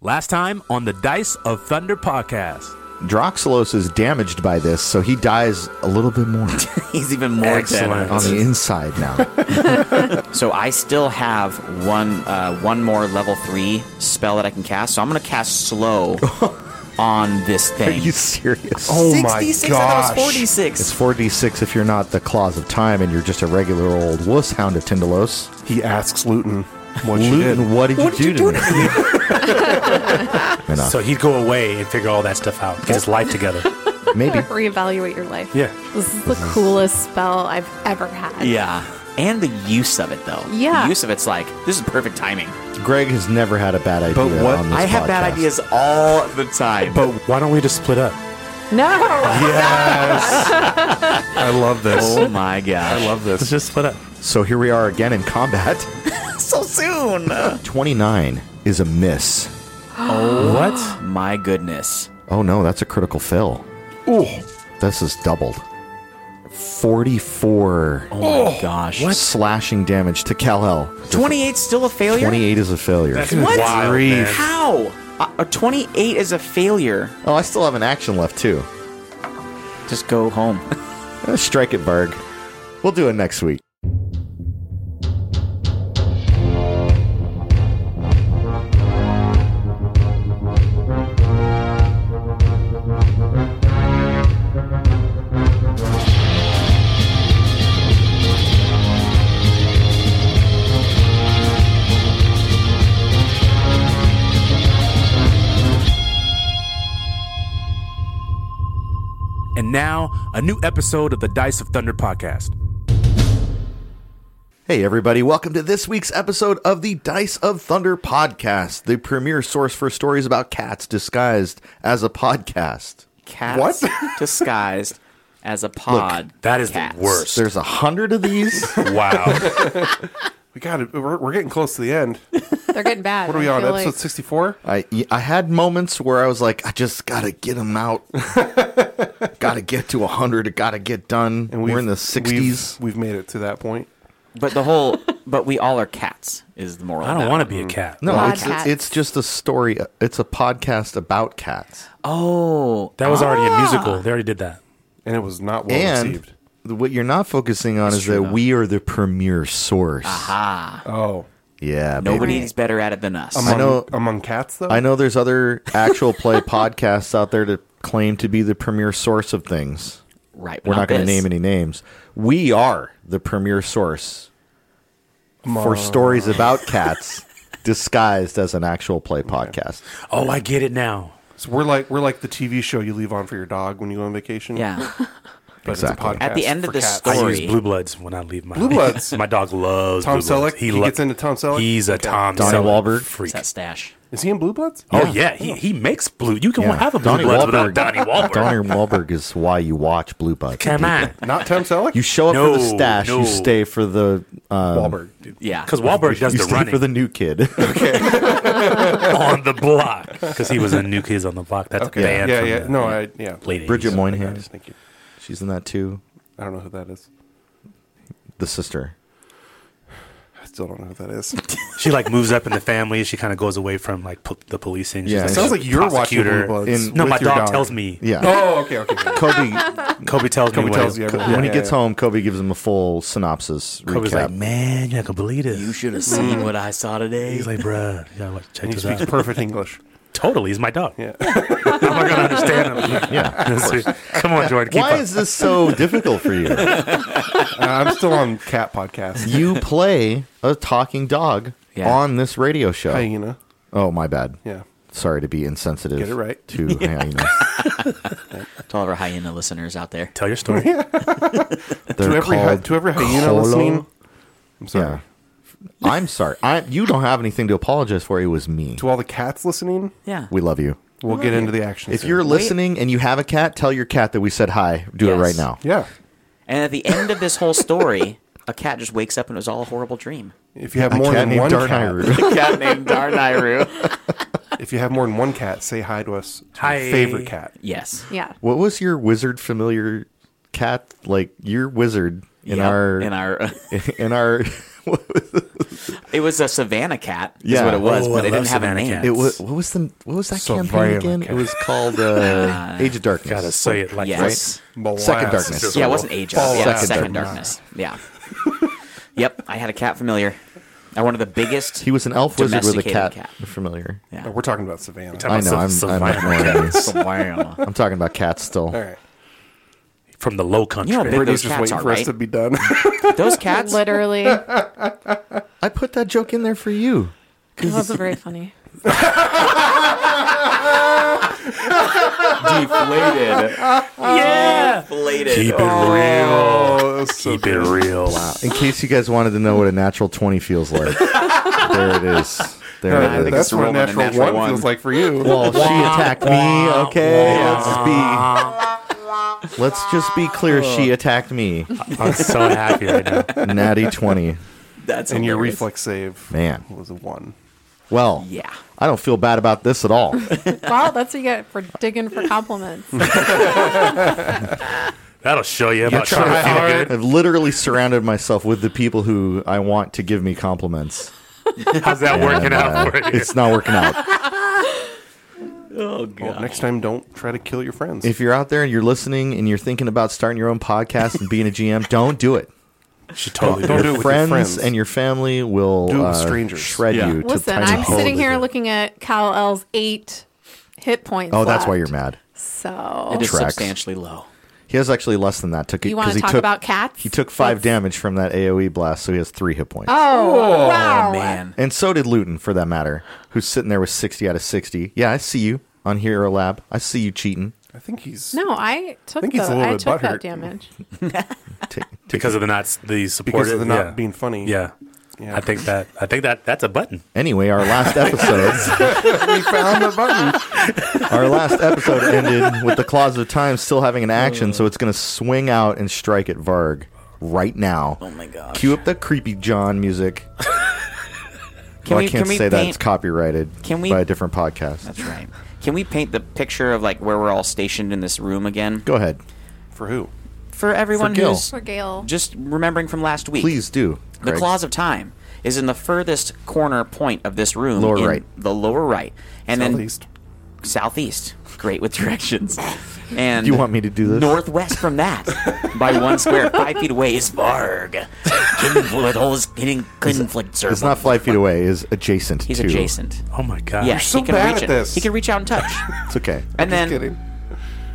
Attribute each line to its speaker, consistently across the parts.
Speaker 1: Last time on the Dice of Thunder podcast.
Speaker 2: Droxelos is damaged by this, so he dies a little bit more
Speaker 3: He's even more
Speaker 1: Excellent.
Speaker 2: on
Speaker 3: Thanos.
Speaker 2: the inside now.
Speaker 3: So I still have one uh, one more level three spell that I can cast. So I'm gonna cast slow on this
Speaker 2: Are
Speaker 3: thing.
Speaker 2: you serious?
Speaker 4: Oh my
Speaker 3: 66, I thought it was
Speaker 4: gosh.
Speaker 3: 46.
Speaker 2: It's 4d6 if you're not the Claws of Time and you're just a regular old wuss hound of Tyndalos.
Speaker 4: He asks Luton what you did.
Speaker 2: Luton, what did you
Speaker 3: What
Speaker 2: do
Speaker 3: did
Speaker 2: to
Speaker 3: you
Speaker 2: me? uh,
Speaker 3: do
Speaker 2: Enough.
Speaker 5: So he'd go away and figure all that stuff out, get his life together.
Speaker 2: Maybe.
Speaker 6: Reevaluate your life.
Speaker 4: Yeah.
Speaker 6: This is the coolest spell I've ever had.
Speaker 3: yeah. And the use of it though.
Speaker 6: Yeah.
Speaker 3: The use of it's like this is perfect timing.
Speaker 2: Greg has never had a bad idea
Speaker 4: But what-
Speaker 2: on this
Speaker 3: I have bad
Speaker 2: podcast.
Speaker 3: ideas all the time.
Speaker 4: But why don't we just split up?
Speaker 6: No.
Speaker 4: Yes. I love this.
Speaker 3: oh my gosh.
Speaker 4: I love
Speaker 5: Let's
Speaker 4: this.
Speaker 5: just split up.
Speaker 2: So here we are again in combat.
Speaker 3: so soon.
Speaker 2: 29 is a miss.
Speaker 5: what?
Speaker 3: my goodness.
Speaker 2: Oh no, that's a critical fail.
Speaker 4: Ooh.
Speaker 2: This is doubled. 44
Speaker 3: Oh, my gosh.
Speaker 2: slashing damage to Kal-El.
Speaker 3: 28 still a failure?
Speaker 2: 28 is a failure.
Speaker 3: What?
Speaker 4: Wild, man.
Speaker 3: How? A, a 28 is a failure.
Speaker 2: Oh, I still have an action left too.
Speaker 3: Just go home.
Speaker 2: Uh, Strike it, Berg. We'll do it next week.
Speaker 1: And now, a new episode of the Dice of Thunder podcast.
Speaker 2: Hey, everybody, welcome to this week's episode of the Dice of Thunder podcast, the premier source for stories about cats disguised as a podcast.
Speaker 3: Cats disguised as a pod.
Speaker 1: That is
Speaker 3: Cats.
Speaker 1: the worst.
Speaker 2: There's a hundred of these.
Speaker 1: Wow.
Speaker 4: We got it. We're, we're getting close to the end.
Speaker 6: They're getting bad.
Speaker 4: What are we on? Episode 64?
Speaker 2: I, I had moments where I was like, I just gotta get them out. gotta get to a hundred. Gotta get done. And we're in the sixties.
Speaker 4: We've, we've made it to that point.
Speaker 3: But the whole, but we all are cats is the moral.
Speaker 1: I don't want to be a cat.
Speaker 2: No,
Speaker 6: Pod
Speaker 2: it's, it's
Speaker 6: cats.
Speaker 2: it's just a story. It's a podcast about cats.
Speaker 3: Oh,
Speaker 1: That was already a musical. They already did that.
Speaker 4: And it was not well
Speaker 2: and
Speaker 4: received.
Speaker 2: the- what you're not focusing on is that we are the premier source.
Speaker 4: Oh.
Speaker 2: Yeah, baby.
Speaker 3: nobody's better at it than us.
Speaker 4: Among,
Speaker 2: know-
Speaker 4: among cats, though?
Speaker 2: I know there's other actual play podcasts out there to claim to be the premier source of things.
Speaker 3: right. but
Speaker 2: We're not going to
Speaker 3: this.
Speaker 2: name any names. We are the premier source for stories about cats disguised as an actual play podcast.
Speaker 1: Oh, I get it now.
Speaker 4: So we're like we're like the TV show you leave on for your dog when you go on vacation.
Speaker 3: Yeah.
Speaker 2: Exactly.
Speaker 4: but it's a podcast
Speaker 3: At the end of
Speaker 4: for
Speaker 3: this
Speaker 4: cats.
Speaker 3: story-
Speaker 1: I
Speaker 3: Sorry.
Speaker 1: use Blue Bloods when I leave my
Speaker 4: Blue Bloods?
Speaker 1: my dog loves
Speaker 4: Tom
Speaker 1: Blue Bloods.
Speaker 4: Selleck? He gets into Tom Selleck?
Speaker 1: He's a
Speaker 4: Okay.
Speaker 1: Tom
Speaker 2: Donnie
Speaker 1: Selleck
Speaker 2: Wahlberg?
Speaker 1: freak.
Speaker 3: It's that stash.
Speaker 4: Is he in Blue Bloods?
Speaker 1: Oh yeah, he, he makes blue. You can
Speaker 2: Yeah.
Speaker 1: have a Blue
Speaker 2: Donnie
Speaker 1: Bloods
Speaker 2: Wahlberg.
Speaker 1: without Donnie Wahlberg.
Speaker 2: Donnie Wahlberg is why you watch Blue Buds.
Speaker 1: Come on,
Speaker 4: Not Tom Selleck?
Speaker 2: You show up for the
Speaker 1: No,
Speaker 2: stash.
Speaker 1: no.
Speaker 2: You stay for the uh,
Speaker 4: Wahlberg, dude.
Speaker 3: Yeah.
Speaker 1: because Wahlberg does
Speaker 2: you
Speaker 1: the
Speaker 2: stay for
Speaker 1: running
Speaker 2: the new kid.
Speaker 1: on the block because he was a new kids on the block. That's a
Speaker 4: Yeah,
Speaker 1: band.
Speaker 4: yeah.
Speaker 1: from
Speaker 4: yeah.
Speaker 1: the
Speaker 4: No, I yeah.
Speaker 1: late 80s.
Speaker 2: Bridget
Speaker 4: I
Speaker 2: Moynihan.
Speaker 4: just think you.
Speaker 2: She's in that too.
Speaker 4: I don't know who that is.
Speaker 2: The sister.
Speaker 4: I still don't know who that is.
Speaker 1: She like moves up in the family. She kind of goes away from like po- the policing. She's
Speaker 2: Yeah,
Speaker 1: like,
Speaker 4: It
Speaker 2: and
Speaker 4: sounds like you're watching Blue
Speaker 1: prosecutor.
Speaker 4: Bloods.
Speaker 2: In-
Speaker 1: No,
Speaker 4: with
Speaker 1: my
Speaker 4: your
Speaker 1: dog, tells me.
Speaker 2: Yeah.
Speaker 4: Oh, okay, okay. okay.
Speaker 2: Kobe
Speaker 1: Kobe tells me.
Speaker 4: Kobe
Speaker 1: what-
Speaker 4: tells you
Speaker 1: Kobe-
Speaker 4: everything.
Speaker 2: when he
Speaker 4: Yeah,
Speaker 2: gets
Speaker 4: yeah.
Speaker 2: home, Kobe gives him a full synopsis
Speaker 1: Kobe's
Speaker 2: recap.
Speaker 1: like, man, you're not gonna believe this.
Speaker 3: You should have seen what I saw today.
Speaker 1: He's like, bruh, you gotta watch- check
Speaker 4: And he
Speaker 1: this
Speaker 4: speaks
Speaker 1: out.
Speaker 4: perfect English.
Speaker 1: Totally, he's my dog.
Speaker 4: Yeah.
Speaker 1: I'm not gonna understand him. yeah, come on, Jordan. Keep
Speaker 2: Why
Speaker 1: up.
Speaker 2: is this so difficult for you?
Speaker 4: Uh, I'm still on cat podcast.
Speaker 2: You play a talking dog
Speaker 3: Yeah.
Speaker 2: on this radio show.
Speaker 4: Hyena.
Speaker 2: Oh, my bad.
Speaker 4: Yeah.
Speaker 2: Sorry to be insensitive.
Speaker 4: Get it right.
Speaker 2: To hyena.
Speaker 3: to all of our hyena listeners out there.
Speaker 1: tell your story?
Speaker 2: They're
Speaker 4: to every hy-
Speaker 2: called
Speaker 4: to every hyena
Speaker 2: colo-
Speaker 4: listening. I'm sorry.
Speaker 2: Yeah. I'm sorry. I, you don't have anything to apologize for. It was me.
Speaker 4: To all the cats listening,
Speaker 3: Yeah.
Speaker 2: We love you.
Speaker 4: we'll get into the action.
Speaker 2: If
Speaker 4: soon.
Speaker 2: you're listening and you have a cat, tell your cat that we said hi. Do it
Speaker 3: Yes.
Speaker 2: right now.
Speaker 4: yeah.
Speaker 3: and at the end of this whole story, a cat just wakes up and it was all a horrible dream.
Speaker 4: If you have
Speaker 2: A
Speaker 4: more
Speaker 2: cat
Speaker 4: than
Speaker 2: named
Speaker 4: one
Speaker 2: Darn
Speaker 4: cat,
Speaker 2: Iru.
Speaker 3: cat named Darnayru.
Speaker 4: if you have more than one cat, say hi to us. To your
Speaker 1: Hi.
Speaker 4: favorite cat.
Speaker 3: Yes.
Speaker 6: Yeah.
Speaker 2: What was your wizard familiar cat? Like your wizard in
Speaker 3: Yep,
Speaker 2: our
Speaker 3: in our
Speaker 2: in our
Speaker 3: It was a Savannah cat. Is
Speaker 2: Yeah.
Speaker 3: what it was,
Speaker 1: Oh,
Speaker 3: but
Speaker 1: I
Speaker 3: it didn't
Speaker 1: love
Speaker 3: have
Speaker 1: Savannah
Speaker 3: a name.
Speaker 1: cats.
Speaker 2: It was what was the what was that campaign
Speaker 4: Savannah
Speaker 2: again? It
Speaker 4: Cat.
Speaker 2: was called uh, Age of Darkness.
Speaker 1: Gotta say it like
Speaker 3: Yes.
Speaker 2: Second darkness.
Speaker 3: Yeah, it wasn't Age of. Yeah,
Speaker 2: Second
Speaker 3: Second, Darkness. Yeah. yep, I had a cat familiar. I wanted the biggest.
Speaker 2: He was an elf wizard with a cat.
Speaker 3: Domesticated
Speaker 2: Familiar.
Speaker 3: Yeah.
Speaker 4: No, we're talking about Savannah.
Speaker 1: Talking
Speaker 2: I know.
Speaker 1: about
Speaker 2: I'm,
Speaker 1: Sav-
Speaker 2: I'm,
Speaker 1: Savannah
Speaker 2: ignoring these.
Speaker 3: Wow.
Speaker 2: I'm talking about cats still.
Speaker 4: All right.
Speaker 1: from the low country.
Speaker 3: You know,
Speaker 4: They're
Speaker 3: British
Speaker 4: just
Speaker 3: cats
Speaker 4: waiting
Speaker 3: are
Speaker 4: for us
Speaker 3: right.
Speaker 4: to be done.
Speaker 3: Those cats.
Speaker 6: Literally. That
Speaker 2: I put that joke in there for you.
Speaker 6: wasn't very funny.
Speaker 3: deflated.
Speaker 1: yeah.
Speaker 3: Deflated.
Speaker 1: Keep it real.
Speaker 4: oh, that's so
Speaker 1: Keep it real. Wow.
Speaker 2: In case you guys wanted to know what a natural 20 feels like, there it is. There
Speaker 4: Yeah,
Speaker 2: it
Speaker 3: think
Speaker 2: is.
Speaker 3: it's
Speaker 4: that's what a
Speaker 3: rolling a
Speaker 4: natural,
Speaker 3: natural
Speaker 4: one,
Speaker 3: one.
Speaker 4: feels like for you.
Speaker 2: Well, Oh, she attacked me. Okay, let's be let's just be clear. She attacked me.
Speaker 1: I'm so happy right now.
Speaker 2: Natty 20.
Speaker 3: That's
Speaker 4: and your
Speaker 3: hilarious.
Speaker 4: reflex save
Speaker 2: Man.
Speaker 4: was a one.
Speaker 2: Well,
Speaker 3: Yeah.
Speaker 2: I don't feel bad about this at all.
Speaker 6: Wow, that's what you get for digging for compliments.
Speaker 1: That'll show you about
Speaker 4: try
Speaker 1: trying to feel
Speaker 4: hard.
Speaker 1: good.
Speaker 2: I've literally surrounded myself with the people who I want to give me compliments.
Speaker 1: How's that working out for you?
Speaker 2: It's not working out.
Speaker 3: Oh
Speaker 4: Well,
Speaker 3: god.
Speaker 4: next time, don't try to kill your friends.
Speaker 2: If you're out there and you're listening and you're thinking about starting your own podcast and being a GM, don't do it.
Speaker 1: She totally
Speaker 4: Don't
Speaker 1: did.
Speaker 4: do it with
Speaker 2: friends,
Speaker 4: your friends.
Speaker 2: and your family will
Speaker 4: Do it with
Speaker 2: uh,
Speaker 4: strangers.
Speaker 2: shred
Speaker 3: Yeah.
Speaker 2: you to
Speaker 6: Listen,
Speaker 2: tiny
Speaker 6: I'm
Speaker 2: pieces.
Speaker 6: sitting here looking at Kyle L's eight hit points.
Speaker 2: Oh, that's why
Speaker 6: left.
Speaker 2: you're mad.
Speaker 6: So
Speaker 3: It is
Speaker 2: tracks.
Speaker 3: substantially low.
Speaker 2: He has actually less than that. Took
Speaker 6: you want
Speaker 2: because
Speaker 6: to
Speaker 2: he
Speaker 6: talk
Speaker 2: took
Speaker 6: about cats?
Speaker 2: he took five damage from that AOE blast, so he has three hit points.
Speaker 6: Oh, wow.
Speaker 3: Man.
Speaker 2: And so did Luton, for that matter, who's sitting there with 60 out of 60. Yeah, I see you on Hero Lab. I see you cheating.
Speaker 4: I think he's
Speaker 6: No, I took
Speaker 4: think
Speaker 6: the,
Speaker 4: he's a little
Speaker 6: I
Speaker 4: bit
Speaker 6: took that
Speaker 4: butthurt.
Speaker 6: damage.
Speaker 2: Take-
Speaker 1: because of the not the support
Speaker 4: because of the not
Speaker 1: yeah.
Speaker 4: being funny.
Speaker 1: Yeah.
Speaker 4: Yeah.
Speaker 1: I think that I think that that's a button.
Speaker 2: Anyway, our last episode,
Speaker 4: we found the button.
Speaker 2: our last episode ended with the claws of time still having an action, so it's going to swing out and strike at Varg right now. Oh
Speaker 3: my gosh.
Speaker 2: Cue up the creepy John music.
Speaker 3: Can
Speaker 2: Well,
Speaker 3: we-
Speaker 2: I can't
Speaker 3: can we
Speaker 2: say that
Speaker 3: paint-
Speaker 2: it's copyrighted
Speaker 3: Can we-
Speaker 2: by a different podcast.
Speaker 3: That's right. Can we paint the picture of like where we're all stationed in this room again?
Speaker 2: Go ahead,
Speaker 4: For who?
Speaker 3: For everyone
Speaker 2: For Gil.
Speaker 3: who's
Speaker 6: For Gale.
Speaker 3: just remembering from last week.
Speaker 2: please do.
Speaker 3: The
Speaker 2: Greg.
Speaker 3: claws of time is in the furthest corner point of this room.
Speaker 2: Lower
Speaker 3: in
Speaker 2: right.
Speaker 3: The lower right. And
Speaker 4: At
Speaker 3: then
Speaker 4: least.
Speaker 3: southeast. Great with directions. And
Speaker 2: Do you want me to do this?
Speaker 3: northwest from that by one square, five feet away is Varg. Conflict holes hitting conflict
Speaker 2: It's not five feet away. Is adjacent.
Speaker 3: He's
Speaker 2: to.
Speaker 3: adjacent.
Speaker 1: Oh my god.
Speaker 3: Yes,
Speaker 4: so
Speaker 3: he can
Speaker 4: bad
Speaker 3: reach
Speaker 4: at
Speaker 3: it.
Speaker 4: this.
Speaker 3: He can reach out and touch.
Speaker 2: It's okay.
Speaker 3: and then
Speaker 4: Kidding.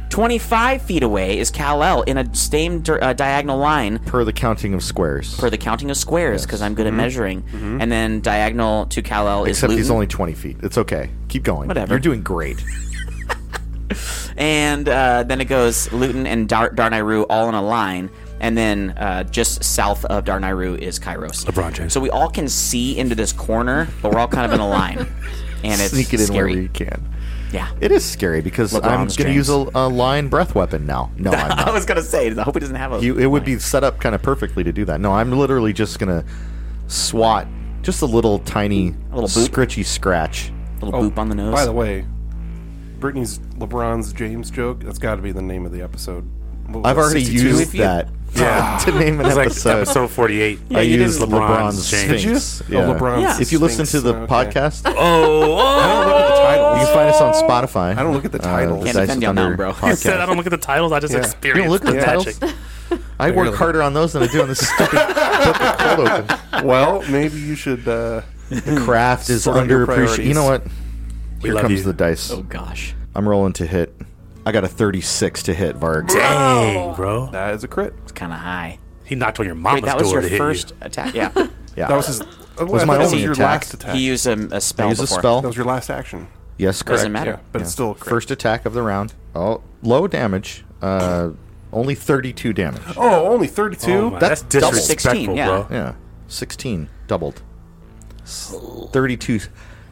Speaker 3: 25 feet away is Kal El in a same dir- uh, diagonal line
Speaker 2: Per the counting of squares.
Speaker 3: for the counting of squares because I'm good
Speaker 4: Mm-hmm.
Speaker 3: at measuring. And then diagonal to Kal El is
Speaker 2: Except he's
Speaker 3: Luton.
Speaker 2: only 20 feet. It's okay. Keep going.
Speaker 3: Whatever.
Speaker 2: You're doing great.
Speaker 3: and uh, then it goes Luton and Dar- Darnayru all in a line. And then uh, just south of Darnayru is Kairos.
Speaker 1: LeBron James.
Speaker 3: So we all can see into this corner, but we're all kind of in a line. And it's
Speaker 2: Sneak it in
Speaker 3: scary.
Speaker 2: wherever you can.
Speaker 3: Yeah.
Speaker 2: It is scary because I'm
Speaker 3: LeBron's
Speaker 2: going to use
Speaker 3: James.
Speaker 2: a, a line breath weapon now. No, I'm
Speaker 3: I
Speaker 2: not.
Speaker 3: was going to say, I hope he doesn't have a.
Speaker 2: You, it would be set up kind of perfectly to do that. No, I'm literally just going to swat just a little tiny,
Speaker 3: little boop.
Speaker 2: scritchy scratch.
Speaker 3: little
Speaker 2: Oh,
Speaker 3: boop on the nose.
Speaker 4: By the way, Brittany's LeBron's James joke. That's got to be the name of the episode. What was
Speaker 2: I've
Speaker 4: it,
Speaker 2: already
Speaker 4: 62?
Speaker 2: used that
Speaker 1: Yeah.
Speaker 2: to name an
Speaker 1: It's like
Speaker 2: episode.
Speaker 1: episode 48.
Speaker 2: I
Speaker 1: I
Speaker 2: used
Speaker 1: used LeBron's,
Speaker 2: LeBron's
Speaker 1: change.
Speaker 2: Sphinx.
Speaker 4: Oh, LeBron's
Speaker 3: Yeah.
Speaker 2: If you listen to
Speaker 4: Sphinx.
Speaker 2: the
Speaker 4: Okay.
Speaker 2: podcast, you
Speaker 1: Oh,
Speaker 4: Look at the titles.
Speaker 2: can find us on Spotify.
Speaker 4: I don't look at the titles.
Speaker 3: Can't
Speaker 2: Dice
Speaker 3: defend y'all
Speaker 2: Thunder
Speaker 3: now, bro.
Speaker 1: oh.
Speaker 2: podcast.
Speaker 1: said I don't look at the titles. I just
Speaker 4: Yeah.
Speaker 1: experience.
Speaker 2: You don't look at the titles?
Speaker 1: magic.
Speaker 2: I work
Speaker 4: Barely.
Speaker 2: harder on those than I do on this stupid book of cold open.
Speaker 4: well, maybe you should. Uh,
Speaker 2: The craft is
Speaker 4: Sort out your
Speaker 2: underappreciated. You know what?
Speaker 1: We
Speaker 2: Here
Speaker 1: love
Speaker 2: comes
Speaker 1: you.
Speaker 2: the dice.
Speaker 3: oh, gosh.
Speaker 2: I'm rolling to hit. I got a 36 to hit, Varg.
Speaker 1: Dang, bro.
Speaker 4: that is a crit.
Speaker 3: It's kind of high.
Speaker 1: He knocked on your mama's
Speaker 3: Wait, that was
Speaker 1: door
Speaker 3: your
Speaker 1: to hit
Speaker 3: first
Speaker 1: you. Oh
Speaker 3: attack. Yeah.
Speaker 2: Yeah.
Speaker 4: That was his. uh, That was
Speaker 2: my
Speaker 4: my
Speaker 2: only
Speaker 4: your
Speaker 2: attack.
Speaker 4: last attack.
Speaker 3: he used a, a spell.
Speaker 2: I use a
Speaker 3: before.
Speaker 2: spell.
Speaker 4: that was your last action.
Speaker 2: Yes, correct.
Speaker 3: Doesn't matter.
Speaker 4: Yeah, but it's still a crit.
Speaker 2: First attack of the round. Oh, low damage. Uh, only 32 damage.
Speaker 4: Oh, only thirty-two.
Speaker 1: Oh my,
Speaker 2: That's
Speaker 1: that's,
Speaker 2: double.
Speaker 1: disrespectful,
Speaker 3: 16, yeah.
Speaker 1: bro.
Speaker 2: Yeah. 16 doubled. S- 32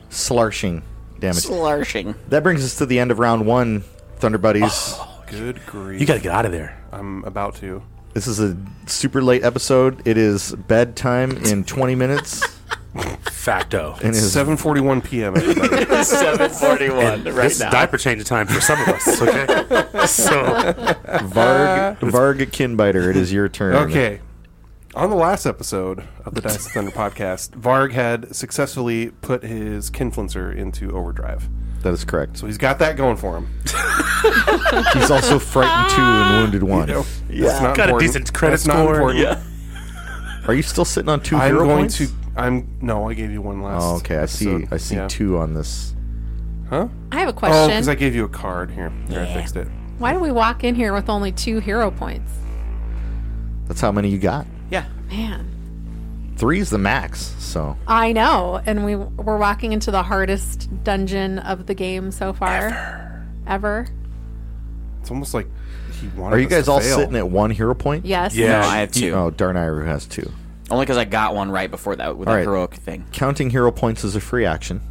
Speaker 2: slashing damage.
Speaker 3: Slurshing.
Speaker 2: that brings us to the end of round 1, Thunder Buddies.
Speaker 4: Good grief!
Speaker 1: You got to get out of there.
Speaker 4: I'm about to.
Speaker 2: This is a super late episode. It is bedtime in 20 minutes.
Speaker 1: Facto.
Speaker 2: And it is
Speaker 4: Seven forty-one p.m. everybody.
Speaker 3: 741
Speaker 1: this is diaper change time for some of us, okay? so,
Speaker 2: Varg, Varg Kinbiter, it is your turn.
Speaker 4: okay. On the last episode of the Dice of Thunder podcast, Varg had successfully put his Kinfluencer into overdrive.
Speaker 2: That is correct.
Speaker 4: So he's got that going for him.
Speaker 2: He's also frightened two and wounded one.
Speaker 4: That's not
Speaker 1: Got a
Speaker 4: important.
Speaker 1: decent credit
Speaker 4: That's not
Speaker 1: score.
Speaker 4: important.
Speaker 2: Are you still sitting on 2
Speaker 4: I'm
Speaker 2: hero
Speaker 4: going
Speaker 2: points?
Speaker 4: to. I'm no. I gave you one last.
Speaker 2: Oh, okay. I see.
Speaker 4: episode.
Speaker 2: I see
Speaker 4: Yeah.
Speaker 2: two on this.
Speaker 4: Huh?
Speaker 6: I have a
Speaker 4: Oh,
Speaker 6: question.
Speaker 4: because I gave you a card here. Here, I fixed it.
Speaker 6: Why do we walk in here with only two hero points?
Speaker 2: That's how many you got.
Speaker 3: Yeah.
Speaker 6: Man,
Speaker 2: Three is the max. So
Speaker 6: I know. And we we're walking into the hardest dungeon of the game so far. Ever.
Speaker 4: It's almost like he wanted.
Speaker 2: are you
Speaker 4: us
Speaker 2: guys
Speaker 4: to
Speaker 2: all
Speaker 4: fail.
Speaker 2: sitting at one hero point?
Speaker 6: Yes.
Speaker 1: Yeah.
Speaker 3: No, I have two.
Speaker 2: Oh, darn Iru has two.
Speaker 3: Only because I got one right before that with
Speaker 2: All
Speaker 3: that
Speaker 2: right.
Speaker 3: heroic thing.
Speaker 2: Counting hero points is a free action.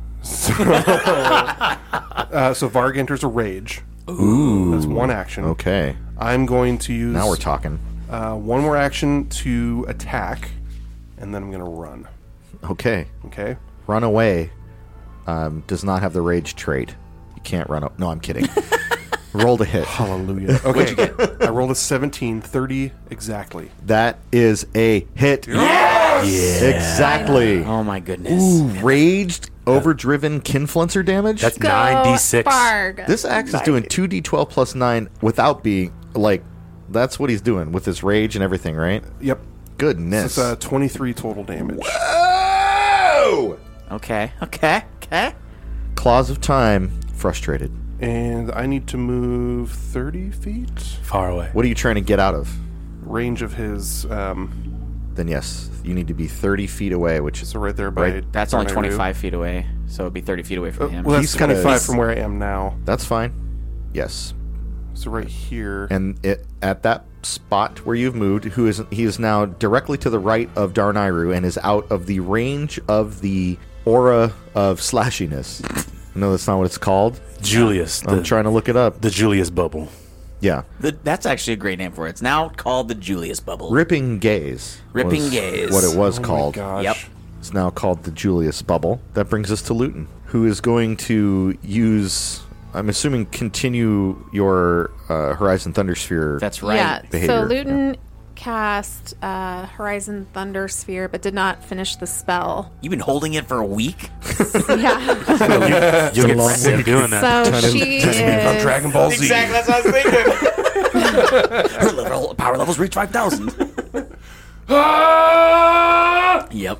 Speaker 4: Uh, so Varg enters a rage. Ooh, that's one action.
Speaker 2: Okay.
Speaker 4: I'm going to use
Speaker 2: Now we're talking.
Speaker 4: uh, one more action to attack, and then I'm going to run.
Speaker 2: Okay.
Speaker 4: Okay.
Speaker 2: Run away um, does not have the rage trait. You can't run. up. No, I'm kidding. Roll to hit.
Speaker 4: Hallelujah. Okay. I rolled a 17, 30 exactly.
Speaker 2: That is a hit.
Speaker 1: Yeah.
Speaker 2: Exactly.
Speaker 3: Oh my goodness.
Speaker 2: Ooh, raged, overdriven kinfluencer damage.
Speaker 1: That's
Speaker 6: Go,
Speaker 1: 9d6.
Speaker 6: Barg.
Speaker 2: This axe is doing 2d12 plus 9 without being like that's what he's doing with his rage and everything, right?
Speaker 4: Yep.
Speaker 2: Goodness.
Speaker 4: It's uh, 23 total damage.
Speaker 2: oh!
Speaker 3: Okay. Okay. Okay.
Speaker 2: Claws of time, frustrated.
Speaker 4: And I need to move 30 feet.
Speaker 1: Far away.
Speaker 2: What are you trying to get out of?
Speaker 4: Range of his. Um,
Speaker 2: Then yes, you need to be 30 feet away, which is
Speaker 4: so right there by.
Speaker 2: Right.
Speaker 3: That's only
Speaker 4: Tornado.
Speaker 3: 25 feet away, so it'd be 30 feet away from him.
Speaker 4: Uh, Well, that's
Speaker 2: He's gonna-
Speaker 4: 25 from where I am now.
Speaker 2: that's fine. Yes.
Speaker 4: So right here.
Speaker 2: And it, at that spot where you've moved, who is he is now directly to the right of Darnayru and is out of the range of the aura of slashiness. no, that's not what it's called.
Speaker 1: Julius. The,
Speaker 2: I'm trying to look it up.
Speaker 1: the Julius bubble.
Speaker 2: Yeah.
Speaker 3: The- that's actually a great name for it. It's now called the Julius Bubble.
Speaker 2: Ripping Gaze.
Speaker 3: Ripping
Speaker 2: was
Speaker 3: Gaze.
Speaker 2: What it was
Speaker 4: Oh my
Speaker 2: called.
Speaker 4: gosh.
Speaker 3: Yep.
Speaker 2: It's now called the Julius Bubble. That brings us to Luton, who is going to use, I'm assuming, continue your uh, Horizon Thundersphere.
Speaker 3: That's right.
Speaker 6: Yeah.
Speaker 2: Behavior,
Speaker 6: So Luton cast uh, Horizon Thunder Sphere, but did not finish the spell.
Speaker 3: You've been holding it for a week?
Speaker 6: yeah.
Speaker 1: You'll get sick doing that.
Speaker 6: So she is.
Speaker 4: Dragon Ball Z.
Speaker 3: that's what I was thinking. Her level, power levels reach 5,000. yep.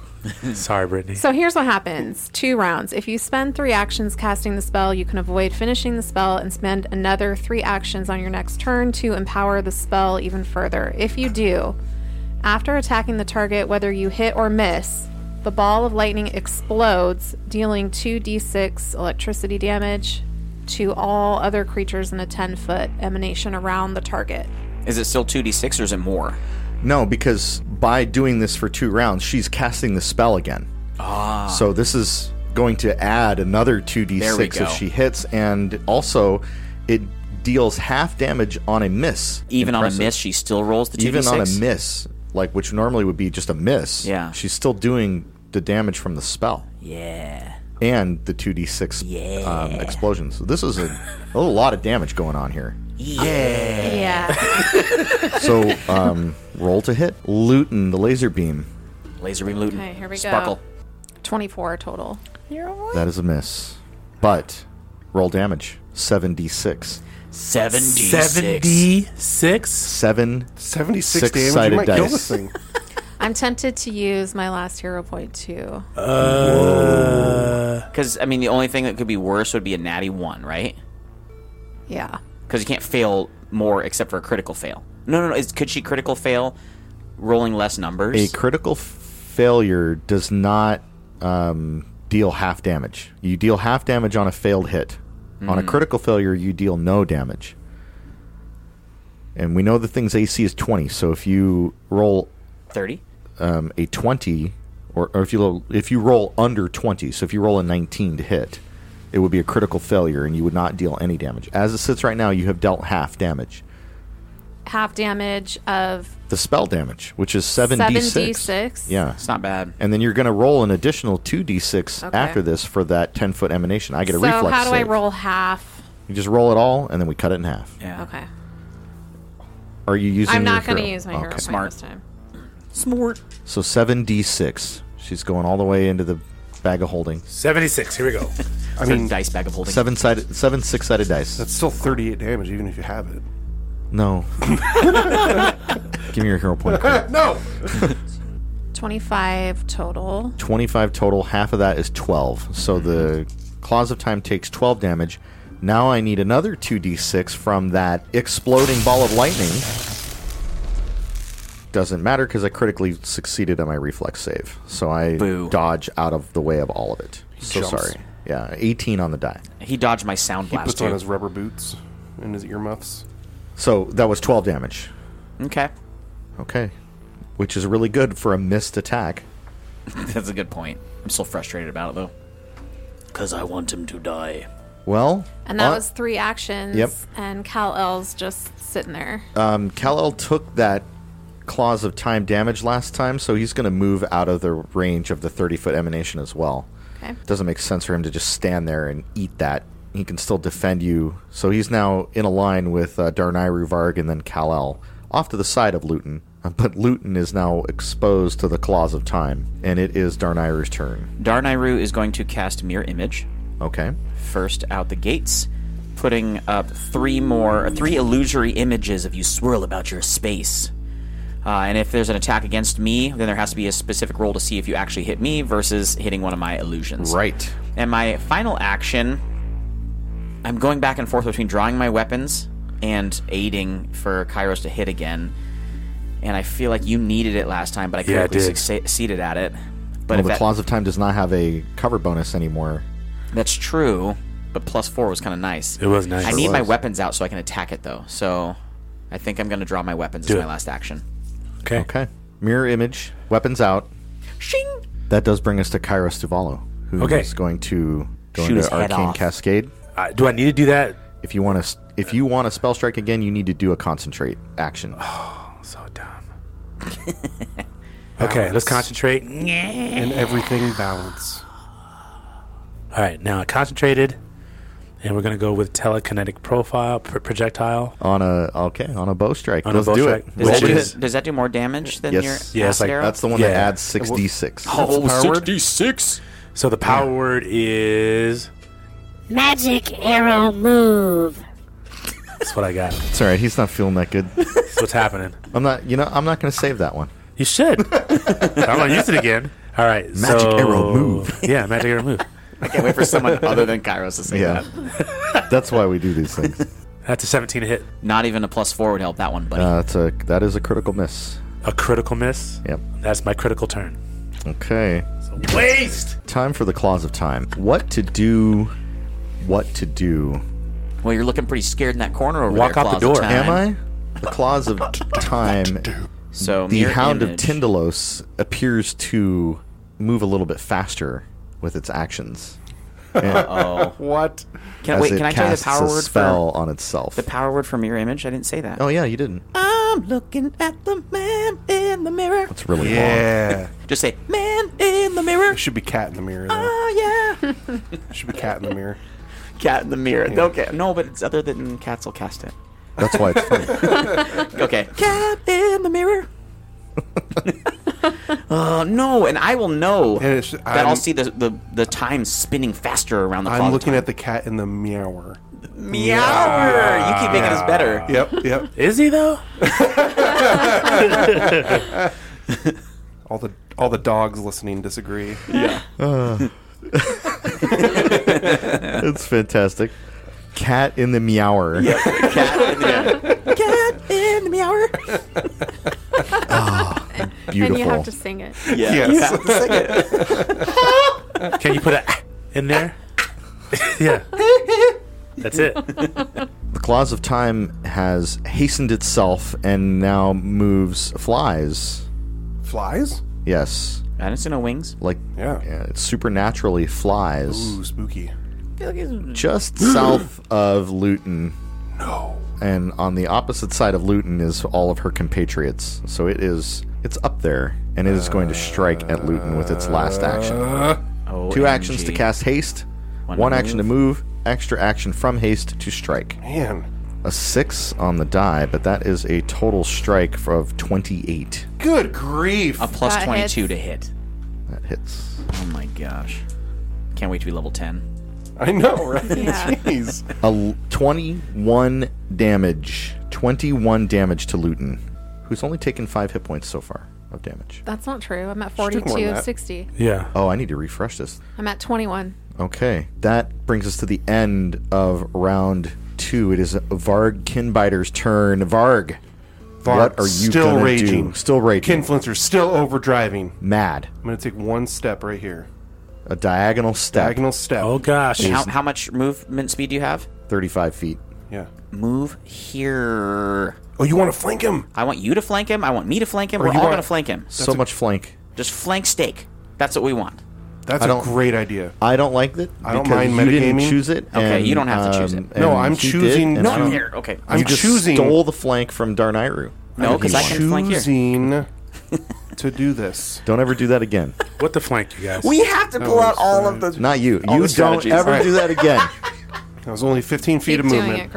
Speaker 1: Sorry, Brittany.
Speaker 6: So here's what happens two rounds. If you spend three actions casting the spell, you can avoid finishing the spell and spend another three actions on your next turn to empower the spell even further. If you do, after attacking the target, whether you hit or miss, the ball of lightning explodes, dealing 2d6 electricity damage to all other creatures in a 10 foot emanation around the target.
Speaker 3: Is it still 2d6 or is it more?
Speaker 2: No, because by doing this for two rounds, she's casting the spell again. Ah. So this is going to add another 2d6
Speaker 3: There we
Speaker 2: if
Speaker 3: go.
Speaker 2: she hits, and also it deals half damage on a miss.
Speaker 3: Even on
Speaker 2: Impressive.
Speaker 3: a miss, she still rolls the 2d6?
Speaker 2: even on a miss, like which normally would be just a miss,
Speaker 3: Yeah.
Speaker 2: she's still doing the damage from the spell
Speaker 3: Yeah.
Speaker 2: and the two d six um, explosions. So this is a, a lot of damage going on here.
Speaker 3: Yeah.
Speaker 6: Yeah.
Speaker 2: So um, roll to hit Luton the laser beam.
Speaker 3: Laser beam Luton.
Speaker 6: Okay, here we go.
Speaker 3: Sparkle.
Speaker 6: 24 total.
Speaker 2: That is a miss, but roll damage seven d six.
Speaker 3: 76.
Speaker 1: 76?
Speaker 2: Seven
Speaker 4: 76 damage. You
Speaker 2: Six-sided
Speaker 4: might kill
Speaker 2: dice.
Speaker 4: this thing.
Speaker 6: I'm tempted to use my last hero point too.
Speaker 3: Because, I mean, the only thing that could be worse would be a natty 1, right?
Speaker 6: Yeah.
Speaker 3: Because you can't fail more except for a critical fail. No, no, no. Is, could she critical fail rolling less numbers?
Speaker 2: a critical f- failure does not um, deal half damage. You deal half damage on a failed hit. On a critical failure, you deal no damage. And we know the thing's AC is 20, so if you roll
Speaker 3: 30?
Speaker 2: um, a 20, or, or if you lo- if you roll under 20, so if you roll a 19 to hit, it would be a critical failure, and you would not deal any damage. As it sits right now, you have dealt half damage.
Speaker 6: half damage of
Speaker 2: The spell damage, which is
Speaker 6: 7d6?
Speaker 2: Yeah.
Speaker 3: It's not bad.
Speaker 2: and then you're going to roll an additional 2d6
Speaker 6: Okay.
Speaker 2: after this for that 10 foot emanation. I get a
Speaker 6: so
Speaker 2: reflex.
Speaker 6: how do I
Speaker 2: save.
Speaker 6: roll half?
Speaker 2: You just roll it all, and then we cut it in half.
Speaker 3: Yeah.
Speaker 6: Okay,
Speaker 2: Are you using?
Speaker 6: I'm not
Speaker 2: your
Speaker 6: going to
Speaker 2: hero?
Speaker 6: use my hero
Speaker 2: Okay.
Speaker 6: point
Speaker 3: Smart.
Speaker 6: this time.
Speaker 3: Smart.
Speaker 2: So 7d6. She's going all the way into the bag of holding.
Speaker 5: 76. Here we go.
Speaker 4: I
Speaker 3: I
Speaker 4: mean,
Speaker 3: mean, dice bag of holding.
Speaker 2: Seven sided, seven six sided dice.
Speaker 4: that's still 38 damage, even if you have it.
Speaker 2: no. Give me your hero point. Kurt.
Speaker 4: No!
Speaker 6: 25 total.
Speaker 2: 25 total. Half of that is 12. So the Claws of Time takes 12 damage. Now I need another 2d6 from that exploding ball of lightning. Doesn't matter because I critically succeeded on my reflex save. So I
Speaker 3: Boo.
Speaker 2: dodge out of the way of all of it. So
Speaker 4: jumps.
Speaker 2: sorry. Yeah, 18 on the die.
Speaker 3: He dodged my sound
Speaker 4: He
Speaker 3: blast
Speaker 4: puts
Speaker 3: too.
Speaker 4: on his rubber boots and his earmuffs.
Speaker 2: So that was 12 damage.
Speaker 3: Okay,
Speaker 2: Okay. Which is really good for a missed attack.
Speaker 3: that's a good point. I'm still frustrated about it though. Cause I want him to die.
Speaker 2: Well,
Speaker 6: And that
Speaker 2: uh,
Speaker 6: was three actions.
Speaker 2: Yep.
Speaker 6: And Cal L's just sitting there.
Speaker 2: um, Kal-El took that claws of time damage last time, so he's going to move out of the range of the 30 foot emanation as well.
Speaker 6: Okay.
Speaker 2: It doesn't make sense for him to just stand there and eat that. He can still defend you, so he's now in a line with uh, Darnayru Varg and then Kal-El off to the side of Luton. Uh, But Luton is now exposed to the claws of time, and it is Darnayru's turn.
Speaker 3: Darnayru is going to cast Mirror Image
Speaker 2: Okay.
Speaker 3: first out the gates, putting up three more, uh, three illusory images of you swirl about your space. Uh, and if there's an attack against me, then there has to be a specific roll to see if you actually hit me versus hitting one of my illusions.
Speaker 2: Right.
Speaker 3: And my final action, I'm going back and forth between drawing my weapons and aiding for Kairos to hit again. And I feel like you needed it last time, but I
Speaker 5: Yeah, I
Speaker 3: critically
Speaker 5: did.
Speaker 3: succeeded at it. But
Speaker 2: Well,
Speaker 3: if
Speaker 2: the
Speaker 3: that-
Speaker 2: claws of time does not have a cover bonus anymore.
Speaker 3: that's true, but plus four was kind of nice.
Speaker 5: It was nice.
Speaker 3: I need my
Speaker 2: was.
Speaker 3: weapons out so I can attack it, though. So I think I'm going to draw my weapons as
Speaker 5: Do
Speaker 3: my
Speaker 5: it.
Speaker 3: last action.
Speaker 5: Okay.
Speaker 2: Okay. Mirror image, weapons out.
Speaker 3: Shing!
Speaker 2: That does bring us to Kairos Duvalo, who is
Speaker 5: Okay.
Speaker 2: going to go
Speaker 3: Shoot his
Speaker 2: into
Speaker 3: head
Speaker 2: Arcane
Speaker 3: off.
Speaker 2: Cascade.
Speaker 5: Uh, do I need to do that?
Speaker 2: If you want to, if you want to spell strike again, you need to do a concentrate action.
Speaker 5: So dumb. okay, let's concentrate.
Speaker 4: And everything balance.
Speaker 5: All right, now I concentrated, and we're going to go with telekinetic profile, pr- projectile.
Speaker 2: On a okay, on a bow strike.
Speaker 5: On a
Speaker 2: Let's
Speaker 5: bow
Speaker 2: do
Speaker 5: strike.
Speaker 2: it.
Speaker 3: Does,
Speaker 5: Which
Speaker 3: that,
Speaker 5: is-
Speaker 3: do, does that do more damage than
Speaker 2: Yes.
Speaker 3: your
Speaker 5: Yeah, it's
Speaker 3: acid
Speaker 5: like-
Speaker 3: arrow?
Speaker 2: That's the one that
Speaker 5: Yeah. Oh.
Speaker 2: adds six d six.
Speaker 4: the power word?
Speaker 3: 66!
Speaker 5: So the power word is.
Speaker 7: Magic arrow move.
Speaker 5: That's what I got.
Speaker 2: It's all right. He's not feeling that good.
Speaker 5: That's what's happening.
Speaker 2: I'm not. You know, I'm not going to save that one.
Speaker 5: You should. I'm going to use it again. All right.
Speaker 2: Magic
Speaker 5: so-
Speaker 2: arrow move.
Speaker 5: Yeah, magic arrow move.
Speaker 3: I can't wait for someone other than Kairos to say
Speaker 2: Yeah.
Speaker 3: that.
Speaker 2: That's why we do these things.
Speaker 5: That's a 17 to hit.
Speaker 3: Not even a plus four would help that one, buddy.
Speaker 2: Uh, that's a that is a critical miss.
Speaker 5: A critical miss.
Speaker 2: Yep.
Speaker 5: That's my critical turn.
Speaker 2: Okay.
Speaker 5: Waste!
Speaker 2: Time for the claws of time. What to do? What to do?
Speaker 3: well, you're looking pretty scared in that corner over
Speaker 5: Walk
Speaker 3: there.
Speaker 5: out the
Speaker 3: Claws
Speaker 5: door.
Speaker 3: of
Speaker 2: Am
Speaker 3: Time.
Speaker 2: I? The claws of time.
Speaker 3: So
Speaker 2: The
Speaker 3: mirror
Speaker 2: hound
Speaker 3: image.
Speaker 2: of Tyndalos appears to move a little bit faster with its actions.
Speaker 4: What?
Speaker 3: Can,
Speaker 2: as
Speaker 3: wait,
Speaker 2: it
Speaker 3: can I tell you the
Speaker 2: casts
Speaker 3: power
Speaker 2: a
Speaker 3: word
Speaker 2: spell
Speaker 3: for
Speaker 2: on itself.
Speaker 3: the power word for mirror image? I didn't say that.
Speaker 2: oh yeah, you didn't.
Speaker 3: I'm looking at the man in the mirror.
Speaker 2: It's really
Speaker 4: Yeah.
Speaker 3: Just say man in the mirror.
Speaker 4: It should be cat in the mirror, though.
Speaker 3: Oh yeah.
Speaker 4: It should be cat in the mirror.
Speaker 3: Cat in the mirror. Okay. No, but it's other than cats will cast it.
Speaker 2: long. That's why it's funny.
Speaker 3: Okay. Cat in the mirror. uh, no, and I will know
Speaker 4: And it's-
Speaker 3: that I'll
Speaker 4: I'm-
Speaker 3: see the, the the time spinning faster around the.
Speaker 4: I'm looking at the cat in the meower.
Speaker 3: meower. You keep making us better.
Speaker 4: Yep, yep.
Speaker 5: Is he, though?
Speaker 4: All the all the dogs listening disagree.
Speaker 2: it's fantastic. Cat in the meower.
Speaker 3: Cat in the mirror. Cat in the mirror.
Speaker 6: And you
Speaker 2: Ah, Beautiful.
Speaker 6: have to sing it.
Speaker 3: Yeah. You
Speaker 4: Yes.
Speaker 3: have to sing it.
Speaker 5: Can you put a ah in there? yeah. That's it.
Speaker 2: The claws of time has hastened itself and now moves flies.
Speaker 4: Flies?
Speaker 2: Yes.
Speaker 3: I didn't see no wings.
Speaker 2: Like
Speaker 4: Yeah.
Speaker 2: yeah, it supernaturally flies.
Speaker 4: Ooh, spooky.
Speaker 2: just south of Luton.
Speaker 4: No.
Speaker 2: And on the opposite side of Luton is all of her compatriots. So it is it's up there and it is going to strike at Luton with its last
Speaker 4: Uh,
Speaker 2: action. Two actions to cast haste, one,
Speaker 3: to
Speaker 2: action to move, extra action from haste to strike.
Speaker 4: Man.
Speaker 2: a six on the die, but that is a total strike for- of 28.
Speaker 4: Good grief.
Speaker 3: A plus
Speaker 6: That
Speaker 3: 22
Speaker 6: hits.
Speaker 3: to hit.
Speaker 2: That hits.
Speaker 3: Oh my gosh. Can't wait to be level 10.
Speaker 4: I know, right?
Speaker 6: Yeah.
Speaker 4: Jeez.
Speaker 2: A l- 21 damage. 21 damage to Luton, who's only taken five hit points so far of damage.
Speaker 6: That's not true. I'm at
Speaker 4: took more than
Speaker 6: 42 of
Speaker 4: that.
Speaker 6: 60.
Speaker 5: Yeah.
Speaker 2: Oh, I need to refresh this.
Speaker 6: I'm at 21.
Speaker 2: Okay, that brings us to the end of round two. It is Varg Kinbiter's turn. Varg, what
Speaker 4: Varg,
Speaker 2: are you
Speaker 4: still
Speaker 2: gonna
Speaker 4: raging?
Speaker 2: do? Still raging.
Speaker 4: Kinfluencer still overdriving.
Speaker 2: Mad.
Speaker 4: I'm gonna take one step right here.
Speaker 2: A diagonal step.
Speaker 4: Diagonal step.
Speaker 5: Oh gosh.
Speaker 3: How, how much movement speed do you have?
Speaker 2: 35 feet.
Speaker 4: Yeah.
Speaker 3: Move here.
Speaker 4: Oh, you want to flank him?
Speaker 3: I want you to flank him. I want me to flank him.
Speaker 4: Or
Speaker 3: We're
Speaker 4: you
Speaker 3: all
Speaker 4: want-
Speaker 3: going to flank him.
Speaker 2: so much flank.
Speaker 3: Just flank stake. That's what we want.
Speaker 4: That's
Speaker 2: I
Speaker 4: a
Speaker 2: don't-
Speaker 4: great idea.
Speaker 2: I don't like that.
Speaker 4: I don't
Speaker 2: because
Speaker 4: mind
Speaker 2: you didn't
Speaker 4: metagaming.
Speaker 2: choose it.
Speaker 3: Okay,
Speaker 2: and,
Speaker 3: you don't have to choose
Speaker 2: um,
Speaker 3: it.
Speaker 4: No,
Speaker 2: and
Speaker 4: I'm
Speaker 2: he did,
Speaker 4: choosing-
Speaker 2: and
Speaker 4: No,
Speaker 2: I
Speaker 4: I'm
Speaker 2: don't-
Speaker 3: Here, okay.
Speaker 4: I'm
Speaker 2: You just
Speaker 4: choosing.
Speaker 2: stole the flank from Darnairu.
Speaker 3: No, because I can flank here.
Speaker 4: choosing to do this.
Speaker 2: Don't ever do that again.
Speaker 5: What the flank, you guys?
Speaker 3: We have to pull out all of the.
Speaker 2: Not you.
Speaker 3: All
Speaker 2: you
Speaker 3: the
Speaker 2: don't
Speaker 3: strategies.
Speaker 2: ever
Speaker 4: All right.
Speaker 2: do that again.
Speaker 4: That was only 15 feet
Speaker 6: Keep
Speaker 4: of
Speaker 6: doing
Speaker 4: movement.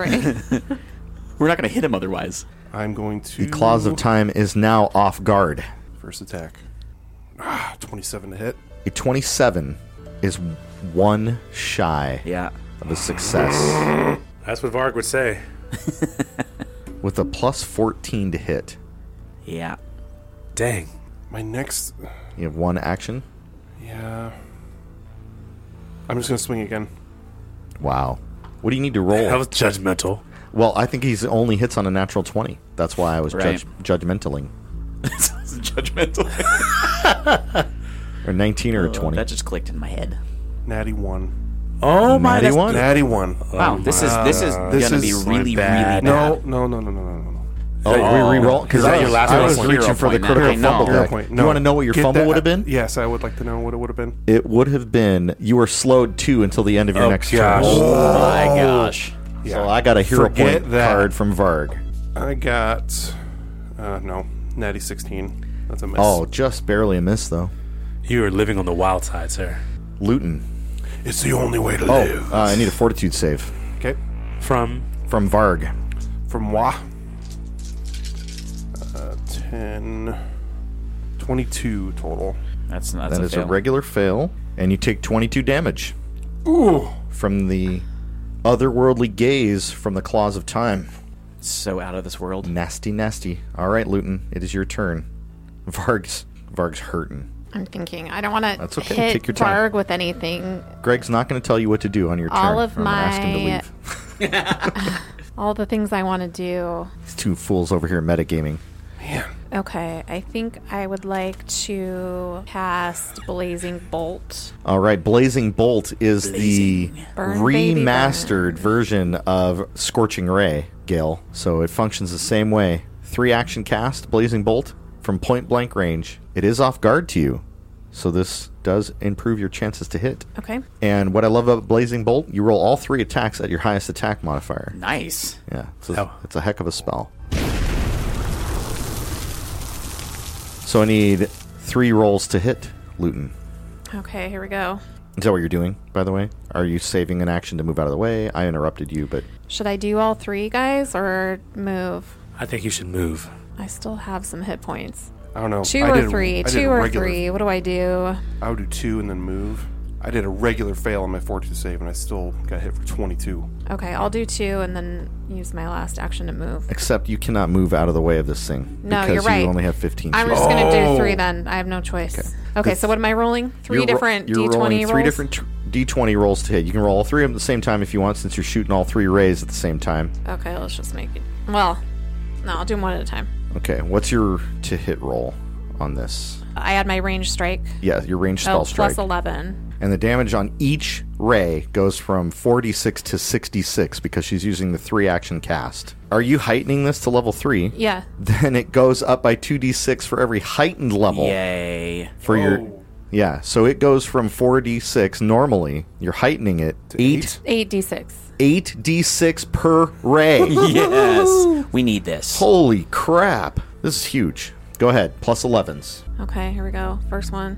Speaker 6: it great.
Speaker 3: We're not going to hit him otherwise.
Speaker 4: I'm going to
Speaker 2: the claws of time is now off guard.
Speaker 4: first attack. Ah, 27 to hit.
Speaker 2: A 27 is one shy
Speaker 3: Yeah.
Speaker 2: of a success
Speaker 5: That's what Varg would say.
Speaker 2: with a plus 14 to hit.
Speaker 3: Yeah.
Speaker 5: Dang.
Speaker 4: My next,
Speaker 2: You have one action.
Speaker 4: yeah. I'm just gonna swing again.
Speaker 2: Wow. What do you need to
Speaker 5: That
Speaker 2: roll?
Speaker 5: was judgmental.
Speaker 2: Well, I think he's only hits on a natural 20. That's why I was
Speaker 3: Right.
Speaker 2: judge- judgmentaling.
Speaker 3: Sounds judgmental.
Speaker 2: Or 19 or a 20.
Speaker 3: Oh, That just clicked in my head.
Speaker 4: Natty one.
Speaker 5: Oh my.
Speaker 2: Natty
Speaker 5: That's,
Speaker 2: one?
Speaker 4: Natty one.
Speaker 3: Wow,
Speaker 2: Oh
Speaker 3: this is this is
Speaker 4: This
Speaker 3: gonna be
Speaker 4: is
Speaker 3: really, really
Speaker 5: bad.
Speaker 3: bad.
Speaker 4: No, no, no, no, no, no, no, no.
Speaker 2: Oh, we re-roll because
Speaker 5: Is that
Speaker 2: I
Speaker 5: your
Speaker 2: was,
Speaker 5: last
Speaker 2: I
Speaker 5: hero
Speaker 2: was
Speaker 5: point?
Speaker 2: reaching for the
Speaker 3: Hero point,
Speaker 2: critical
Speaker 3: man. I
Speaker 2: fumble
Speaker 3: know.
Speaker 4: Zero
Speaker 2: deck.
Speaker 4: point.
Speaker 2: You
Speaker 4: No.
Speaker 2: want to know what your
Speaker 4: Get
Speaker 2: fumble
Speaker 4: that-
Speaker 2: would have been?
Speaker 4: Yes, I would like to know what it would have been.
Speaker 2: It would have been you were slowed two until the end of your
Speaker 5: Oh,
Speaker 2: next
Speaker 5: gosh.
Speaker 2: turn.
Speaker 3: Oh my gosh.
Speaker 2: So I got a hero
Speaker 4: Forget
Speaker 2: point
Speaker 4: that.
Speaker 2: card from Varg.
Speaker 4: I got, uh, no, Natty 16. That's a miss.
Speaker 2: Oh, just barely a miss though.
Speaker 5: You are living on the wild side, sir.
Speaker 2: Luton.
Speaker 4: it's the only way to
Speaker 2: Oh,
Speaker 4: live.
Speaker 2: uh, I need a fortitude save
Speaker 4: Okay,
Speaker 5: From
Speaker 2: from Varg.
Speaker 4: from Wah. Uh, 10, 22 total.
Speaker 3: That's that's
Speaker 2: That
Speaker 3: a
Speaker 2: is a
Speaker 3: fail.
Speaker 2: regular fail, and you take 22 damage
Speaker 4: Ooh.
Speaker 2: from the otherworldly gaze from the claws of time.
Speaker 3: so out of this world.
Speaker 2: Nasty, nasty. All right, Luton, it is your turn. Varg's Varg's hurting.
Speaker 6: I'm thinking. I don't want
Speaker 2: That's
Speaker 6: to
Speaker 2: okay.
Speaker 6: hit
Speaker 2: Take your time.
Speaker 6: Varg with anything.
Speaker 2: Greg's not going to tell you what to do on your
Speaker 6: All
Speaker 2: turn.
Speaker 6: of
Speaker 2: I'm gonna ask him to
Speaker 6: my-
Speaker 2: leave.
Speaker 6: All the things I want to do.
Speaker 2: These two fools over here metagaming.
Speaker 6: Okay, I think I would like to cast Blazing Bolt.
Speaker 2: All right, Blazing Bolt is the
Speaker 6: Burn, baby,
Speaker 2: remastered version of Scorching Ray, Gale. So it functions the same way. Three action cast, Blazing Bolt from point blank range. It is off guard to you, so this does improve your chances to hit.
Speaker 6: Okay.
Speaker 2: And what I love about Blazing Bolt, you roll all three attacks at your highest attack modifier.
Speaker 3: Nice.
Speaker 2: Yeah, it's a,
Speaker 5: Oh.
Speaker 2: it's a heck of a spell. So I need three rolls to hit Luton.
Speaker 6: Okay, here we go.
Speaker 2: Is that what you're doing, by the way? Are you saving an action to move out of the way? I interrupted you, but
Speaker 6: Should I do all three guys or move?
Speaker 5: I think you should move.
Speaker 6: I still have some hit points.
Speaker 4: I don't know.
Speaker 6: Two
Speaker 4: I
Speaker 6: or
Speaker 4: did a- I
Speaker 6: three.
Speaker 4: did
Speaker 6: Two
Speaker 4: a
Speaker 6: or
Speaker 4: regular-
Speaker 6: three. What do I do?
Speaker 4: I would do two and then move. I did a regular fail on my fortitude save, and I still got hit for 22.
Speaker 6: Okay, I'll do two and then use my last action to move.
Speaker 2: except you cannot move out of the way of this thing
Speaker 6: No,
Speaker 2: because
Speaker 6: you're right.
Speaker 2: you only have 15
Speaker 6: I'm
Speaker 2: feet.
Speaker 6: just gonna
Speaker 4: Oh.
Speaker 6: do three then. I have no choice. Okay, so what am I rolling? 3
Speaker 2: You're ro-
Speaker 6: different
Speaker 2: you're
Speaker 6: D20
Speaker 2: rolling
Speaker 6: rolls.
Speaker 2: three different t- D20 rolls to hit. You can roll all three of them at the same time if you want, since you're shooting all three rays at the same time.
Speaker 6: Okay, let's just make it. Well, no, I'll do them one at a time.
Speaker 2: Okay, what's your to hit roll on this?
Speaker 6: I add my range strike.
Speaker 2: Yeah, your range
Speaker 6: Oh,
Speaker 2: spell
Speaker 6: plus
Speaker 2: strike.
Speaker 6: eleven.
Speaker 2: and the damage on each ray goes from 46 to 66 because she's using the three action cast. Are you heightening this to level three?
Speaker 6: Yeah.
Speaker 2: Then it goes up by 2d6 for every heightened
Speaker 3: Oh.
Speaker 2: level.
Speaker 3: Yay.
Speaker 2: for your yeah so it goes from 4d6 normally you're heightening it to 8
Speaker 6: Eight d six.
Speaker 2: 8d6 per ray
Speaker 3: Yes. We need this.
Speaker 2: holy crap this is huge go ahead plus 11s
Speaker 6: Okay, here we go. First one.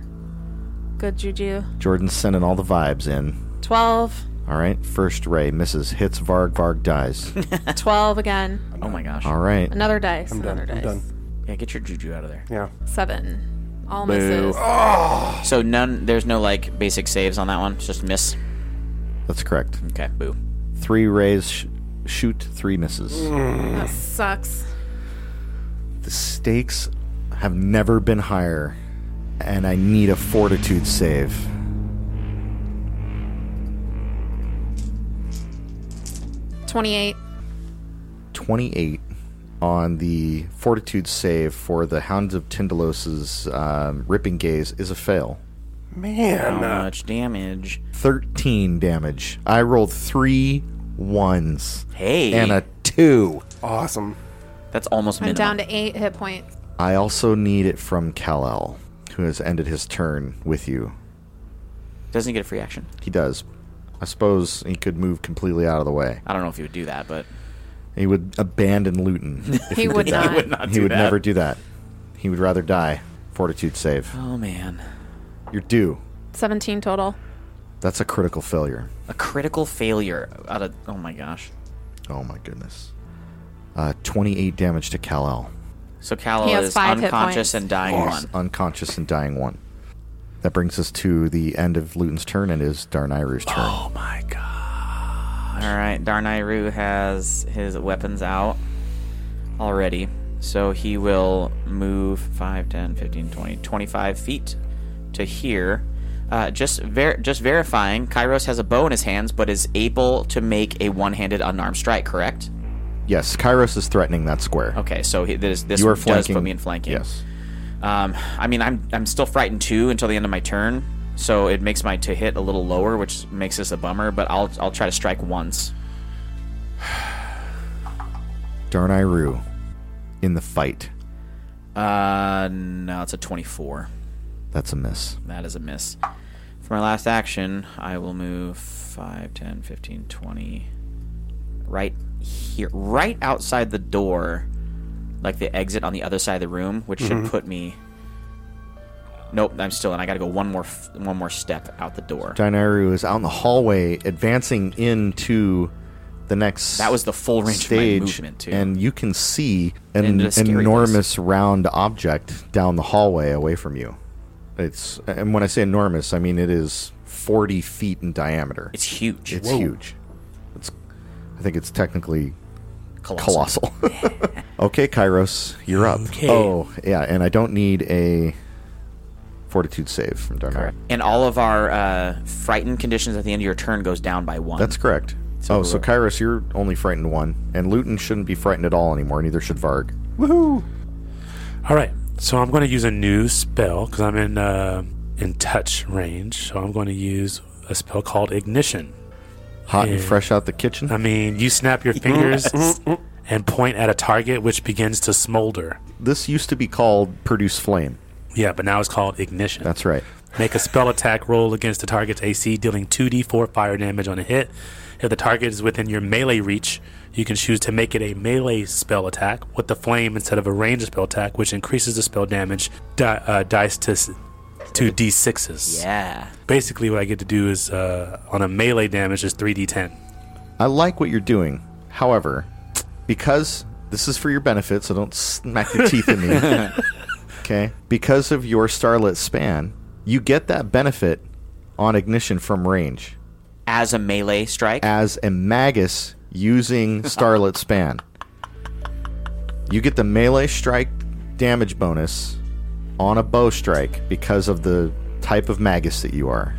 Speaker 6: Good juju.
Speaker 2: jordan's sending all the vibes in
Speaker 6: Twelve.
Speaker 2: all All right, first ray misses, hits Varg, Varg dies.
Speaker 6: 12 again.
Speaker 3: Oh my gosh.
Speaker 2: All right,
Speaker 6: Another dice.
Speaker 4: I'm done.
Speaker 6: another
Speaker 4: I'm
Speaker 6: dice.
Speaker 4: done.
Speaker 3: Yeah, get your juju out of there.
Speaker 4: Yeah.
Speaker 6: Seven. All misses.
Speaker 3: So none. There's no like basic saves on that one. It's just miss.
Speaker 2: that's correct.
Speaker 3: Okay. Boo.
Speaker 2: Three rays, sh- shoot, three misses.
Speaker 6: That sucks.
Speaker 2: The stakes have never been higher, and I need a fortitude save.
Speaker 6: Twenty-eight.
Speaker 2: 28 on the fortitude save for the Hounds of Tyndalos' um, Ripping Gaze is a fail.
Speaker 3: How
Speaker 4: Man. uh,
Speaker 3: much damage?
Speaker 2: 13 damage. I rolled three ones
Speaker 3: Hey.
Speaker 2: and a two.
Speaker 4: awesome.
Speaker 3: That's almost
Speaker 6: I'm
Speaker 3: minimum.
Speaker 6: down to eight hit points.
Speaker 2: I also need it from Kal-El, who has ended his turn with you.
Speaker 3: Doesn't he get a free action?
Speaker 2: He does. I suppose he could move completely out of the way.
Speaker 3: I don't know if he would do that, but
Speaker 2: He would abandon Luton. If he,
Speaker 6: He would
Speaker 2: did that.
Speaker 6: not.
Speaker 3: not
Speaker 2: he would never do that. He would rather die. Fortitude save.
Speaker 3: Oh man,
Speaker 2: You're due.
Speaker 6: Seventeen total.
Speaker 2: That's a critical failure.
Speaker 3: a critical failure out of. Oh my gosh.
Speaker 2: Oh my goodness. Uh, 28 damage to Kal-El.
Speaker 3: So Callow
Speaker 6: He has
Speaker 3: is
Speaker 6: five hit
Speaker 3: unconscious
Speaker 6: points.
Speaker 3: and dying
Speaker 2: He's
Speaker 3: one.
Speaker 2: unconscious and dying one. That brings us to the end of Luton's turn and it is Darnayru's turn.
Speaker 3: Oh.
Speaker 5: Oh,
Speaker 3: All right, Darnayru has his weapons out already. So he will move 5, 10, 15, 20, 25 feet to here. Uh, just ver- just verifying, Kairos has a bow in his hands, but is able to make a one-handed unarmed strike. Correct?
Speaker 2: Yes, Kairos is threatening that square.
Speaker 3: Okay, so he, this this
Speaker 2: You are
Speaker 3: does
Speaker 2: flanking.
Speaker 3: put me in flanking.
Speaker 2: Yes.
Speaker 3: Um, I mean, I'm I'm still frightened too until the end of my turn, so it makes my to hit a little lower, which makes this a bummer. But I'll I'll try to strike once.
Speaker 2: Darnayru in the fight.
Speaker 3: Uh, no, it's a 24.
Speaker 2: That's a miss.
Speaker 3: That is a miss. For my last action, I will move 5, 10, 15, 20. Right here. Right outside the door. Like the exit on the other side of the room, which
Speaker 2: Mm-hmm.
Speaker 3: should put me. Nope, I'm still in. I gotta go one more f- one more step out the door.
Speaker 2: Darnayru is out in the hallway advancing into the next
Speaker 3: That was the full range
Speaker 2: stage
Speaker 3: of my movement, too.
Speaker 2: and you can see
Speaker 3: And
Speaker 2: an
Speaker 3: the scariness.
Speaker 2: enormous round object down the hallway away from you. It's and when I say enormous, I mean it is 40 feet in diameter.
Speaker 3: it's huge.
Speaker 2: It's huge. It's I think it's technically
Speaker 3: colossal.
Speaker 2: colossal. okay, Kairos, you're up.
Speaker 5: Okay.
Speaker 2: Oh, yeah, and I don't need a fortitude save from Darnayru.
Speaker 3: And all of our uh, frightened conditions at the end of your turn goes down by one.
Speaker 2: That's correct. oh, so Kairos, you're only frightened one, and Luton shouldn't be frightened at all anymore. Neither should Varg.
Speaker 5: All right. So I'm going to use a new spell because I'm in uh, in touch range. So I'm going to use a spell called ignition.
Speaker 2: Hot and
Speaker 5: Yeah.
Speaker 2: fresh out the kitchen.
Speaker 5: I mean, you snap your fingers and point at a target, which begins to smolder.
Speaker 2: This used to be called produce flame.
Speaker 5: Yeah, but now it's called ignition.
Speaker 2: That's right.
Speaker 5: Make a spell attack roll against the target's AC, dealing 2d4 fire damage on a hit. If the target is within your melee reach, you can choose to make it a melee spell attack with the flame instead of a ranged spell attack, which increases the spell damage di- uh, dice to s- to d6s.
Speaker 3: yeah.
Speaker 5: Basically, what I get to do is uh, on a melee damage is 3d10.
Speaker 2: I like what you're doing. However, because this is for your benefit, so don't smack your teeth in me. Okay? Because of your starlit span, you get that benefit on ignition from range
Speaker 3: As a melee strike.
Speaker 2: as a magus using starlit span. You get the melee strike damage bonus on a bow strike because of the type of magus that you are.